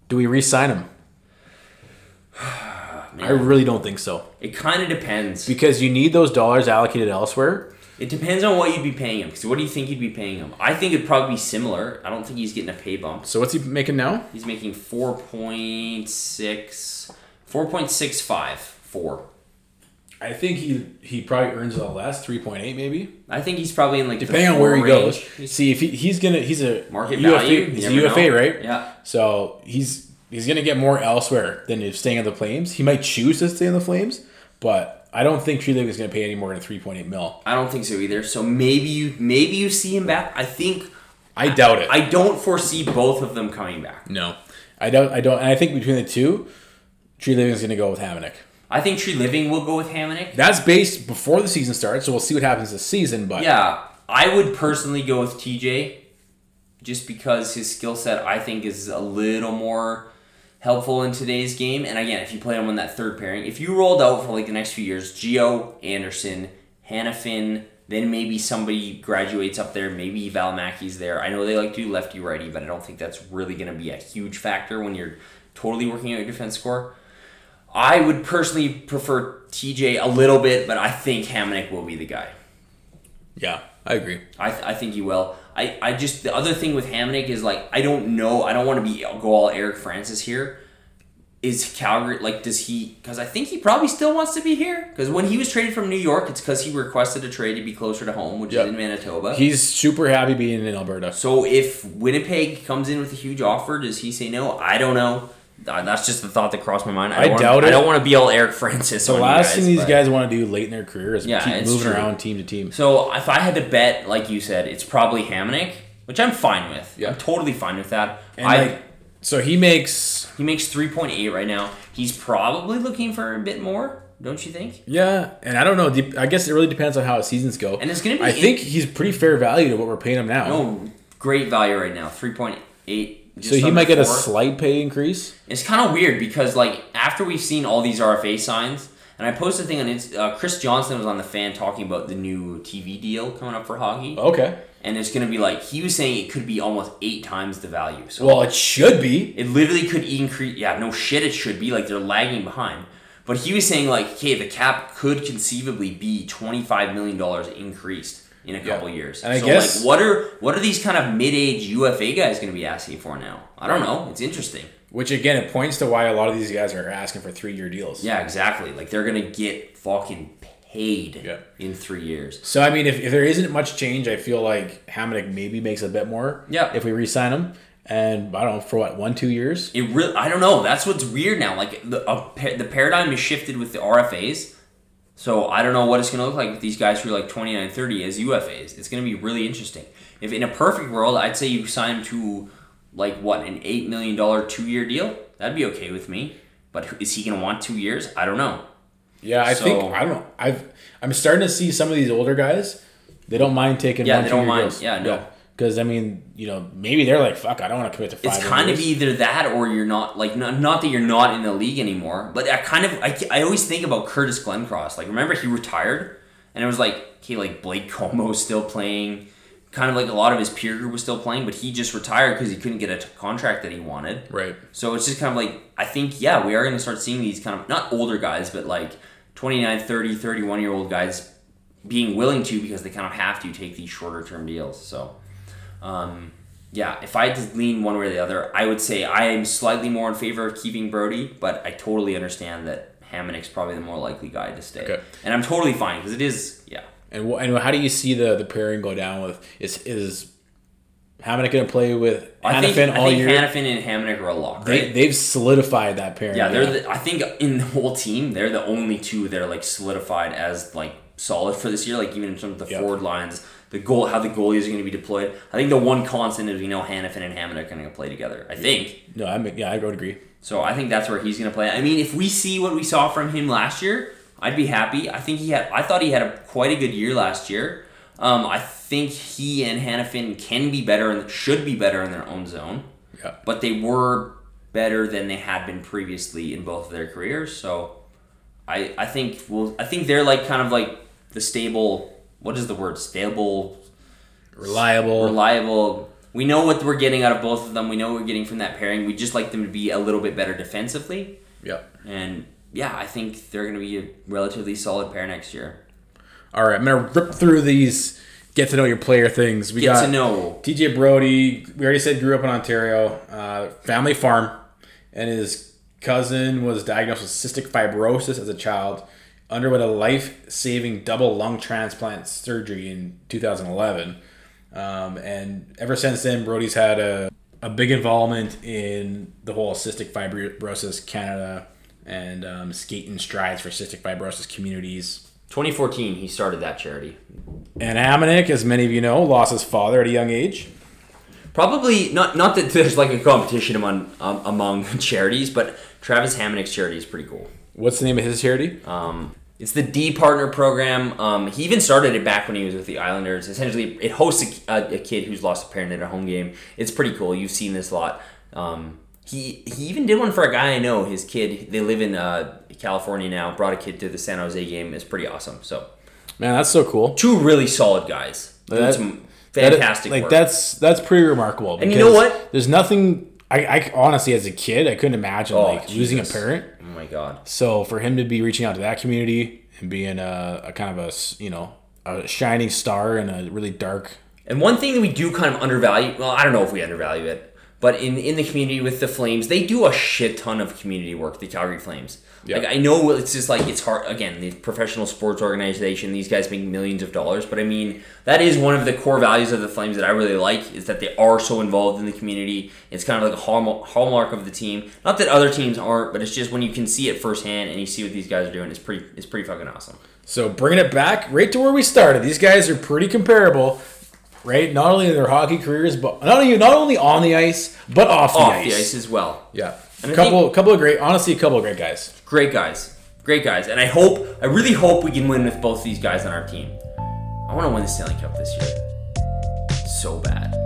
do we re-sign him? I really don't think so
It kind of depends.
because you need those dollars allocated elsewhere.
It depends on what you'd be paying him. Because what do you think you'd be paying him? I think it'd probably be similar. I don't think he's getting a pay bump.
So what's he making now?
He's making 4.6, 4.654.
I think he he probably earns a lot less, three point eight maybe.
I think he's probably in like
Depending
the
on where he
four
goes.
range.
See if he, he's gonna he's a
Market
UFA,
value, you
He's a
never
UFA,
know.
right?
Yeah.
So he's he's gonna get more elsewhere than if staying in the Flames. He might choose to stay in the Flames, but I don't think Treliving is gonna pay any more than three point eight mil.
I don't think so either. So maybe you maybe you see him back. I think
I doubt it.
I don't foresee both of them coming back.
no. I don't I don't and I think between the two, Treliving is gonna go with Hamannik.
I think Tree Living will go with Hamannik.
That's based before the season starts, so we'll see what happens this season, but
Yeah, I would personally go with TJ, just because his skill set I think is a little more helpful in today's game. And again, if you play him on that third pairing, if you rolled out for like the next few years, Geo Anderson, Hannafin, then maybe somebody graduates up there. Maybe Val Mackey's there. I know they like to do lefty righty, but I don't think that's really going to be a huge factor when you're totally working out your defense score. I would personally prefer TJ a little bit, but I think Hamannik will be the guy.
Yeah, I agree.
I, th- I think he will. I, I just the other thing with Hamannik is like I don't know. I don't want to be go all Eric Francis here. Is Calgary like does he? Because I think he probably still wants to be here. Because when he was traded from New York, it's because he requested a trade to be closer to home, which
Yep.
is in Manitoba.
He's super happy being in Alberta.
so if Winnipeg comes in with a huge offer, does he say no? I don't know. Uh, That's just the thought that crossed my mind. I,
I
don't wanna-
doubt it.
I don't want to be all Eric Francis.
The
on you
last
guys,
thing these
but-
guys want to do late in their career is
Yeah,
keep
it's
moving
true.
around team to team.
So if I had to bet, like you said, it's probably Hamannik, which I'm fine with.
Yeah.
I'm totally fine with that.
And
I
like, so he makes
he makes three point eight right now. He's probably looking for a bit more, don't you think?
yeah, and I don't know. dep- I guess it really depends on how his seasons go.
And it's gonna be
I
in-
think he's pretty fair value to what we're paying him now.
No, great value right now, three point eight.
so he might get a slight pay increase.
It's kind of weird because like after we've seen all these RFA signs, and I posted a thing on Inst- uh, Chris Johnson was on the fan talking about the new TV deal coming up for hockey,
Okay.
and it's gonna be like he was saying it could be almost eight times the value. So
Well, it should be.
It literally could increase. Yeah, no shit, it should be. Like, they're lagging behind. But he was saying, like, okay, the cap could conceivably be $25 million increased in a couple years.
And I guess-
like, what are what are these kind of mid age UFA guys going to be asking for now? I don't know. It's interesting.
Which again, it points to why a lot of these guys are asking for three year deals.
Yeah, exactly. Like, they're going to get fucking paid
Yeah.
in three years.
So I mean, if, if there isn't much change, I feel like Hamannik maybe makes a bit more.
Yeah.
If we re-sign him, and I don't know for what one two years.
It really, I don't know. That's what's weird now. Like the a, pa- the paradigm is shifted with the RFAs. So I don't know what it's going to look like with these guys who are like 29, 30 as UFAs. It's going to be really interesting. If in a perfect world, I'd say you sign to like what an eight million dollar two year deal. That'd be okay with me. But who- is he going to want two years? I don't know.
Yeah, I think
So-
I don't know. I've I'm starting to see some of these older guys. They don't mind taking.
Yeah,
one,
they
two-year
don't mind.
deals.
Yeah, no.
Because I mean, you know, maybe they're like, "Fuck, I don't want to commit to five.
It's kind of
years."
either that or you're not like not, not that you're not in the league anymore. But I kind of I, I always think about Curtis Glencross. Like remember he retired, and it was like okay, like Blake Como's still playing, kind of like a lot of his peer group was still playing, but he just retired because he couldn't get a t- contract that he wanted.
right.
So it's just kind of like I think yeah we are going to start seeing these kind of not older guys but like 29, 30, 31 year old guys being willing to because they kind of have to take these shorter term deals. So um, yeah, if I had to lean one way or the other, I would say I am slightly more in favor of keeping Brody, but I totally understand that Hamannik's probably the more likely guy to stay.
Okay.
And I'm totally fine because it is yeah.
And wh- and how do you see the the pairing go down with is is Hamannik going to play with
I think,
Hannafin
I
all
think
year?
Hannafin and Hamannik are a lock. Right?
They, they've solidified that pairing.
Yeah, they're. The, I think in the whole team, they're the only two that are like solidified as like solid for this year. Like even in terms of the
Yep.
forward lines, the goal, how the goalies are going to be deployed. I think the one constant is we know Hannafin and Hammond are going to play together. I think
no, I'm, yeah, I would agree.
so. I think that's where he's going to play. I mean, if we see what we saw from him last year, I'd be happy. I think he had. I thought he had a quite a good year last year. Um, I think he and Hannafin can be better and should be better in their own zone
Yeah.
but they were better than they had been previously in both of their careers. So I I think well I think they're like kind of like the stable what is the word stable
Reliable.
reliable. We know what we're getting out of both of them. We know what we're getting from that pairing. We just like them to be a little bit better defensively.
yeah.
And yeah, I think they're going to be a relatively solid pair next year.
All right, I'm going to rip through these get to know your player things. We
Get
got
to know.
TJ Brody. We already said grew up in Ontario, uh, family farm, and his cousin was diagnosed with cystic fibrosis as a child. Underwent a life-saving double lung transplant surgery in 2011, um, and ever since then, Brody's had a a big involvement in the whole cystic fibrosis Canada and um, skating strides for cystic fibrosis communities.
2014, he started that charity.
And Hamannik, as many of you know, lost his father at a young age.
Probably not. Not that there's like a competition among um, among charities, but Travis Hammonick's charity is pretty cool.
What's the name of his charity?
Um, it's the D Partner Program. Um, he even started it back when he was with the Islanders. Essentially, it hosts a, a, a kid who's lost a parent at a home game. It's pretty cool. You've seen this a lot. Um, he he even did one for a guy I know. His kid. They live in uh, California now. Brought a kid to the San Jose game. It's pretty awesome. So
Man, that's so cool.
two really solid guys. Doing
That-
some
That-
fantastic
like
work.
that's that's pretty remarkable.
And you know
because
what?
There's nothing I, I honestly, as a kid, I couldn't imagine
Oh,
like losing a
Jesus.
parent.
Oh my god.
So for him to be reaching out to that community and being a, a kind of a s- you know a shining star in a really dark
And one thing that we do kind of undervalue, well, I don't know if we undervalue it, but in in the community with the Flames, they do a shit ton of community work, the Calgary Flames.
Yeah.
Like I know it's just like it's hard again, the professional sports organization, these guys make millions of dollars, but I mean, that is one of the core values of the Flames that I really like is that they are so involved in the community. It's kind of like a hallmark, hallmark of the team. Not that other teams aren't, but it's just when you can see it firsthand and you see what these guys are doing, it's pretty it's pretty fucking awesome.
So bringing it back right to where we started, these guys are pretty comparable, right? Not only in their hockey careers, but not only not only on the ice, but off the,
Off
ice.
the ice as well.
Yeah,
And
a
I
couple, couple of great, honestly, a couple of great guys.
great guys great guys and i hope i really hope we can win with both these guys on our team i want to win the stanley cup this year so bad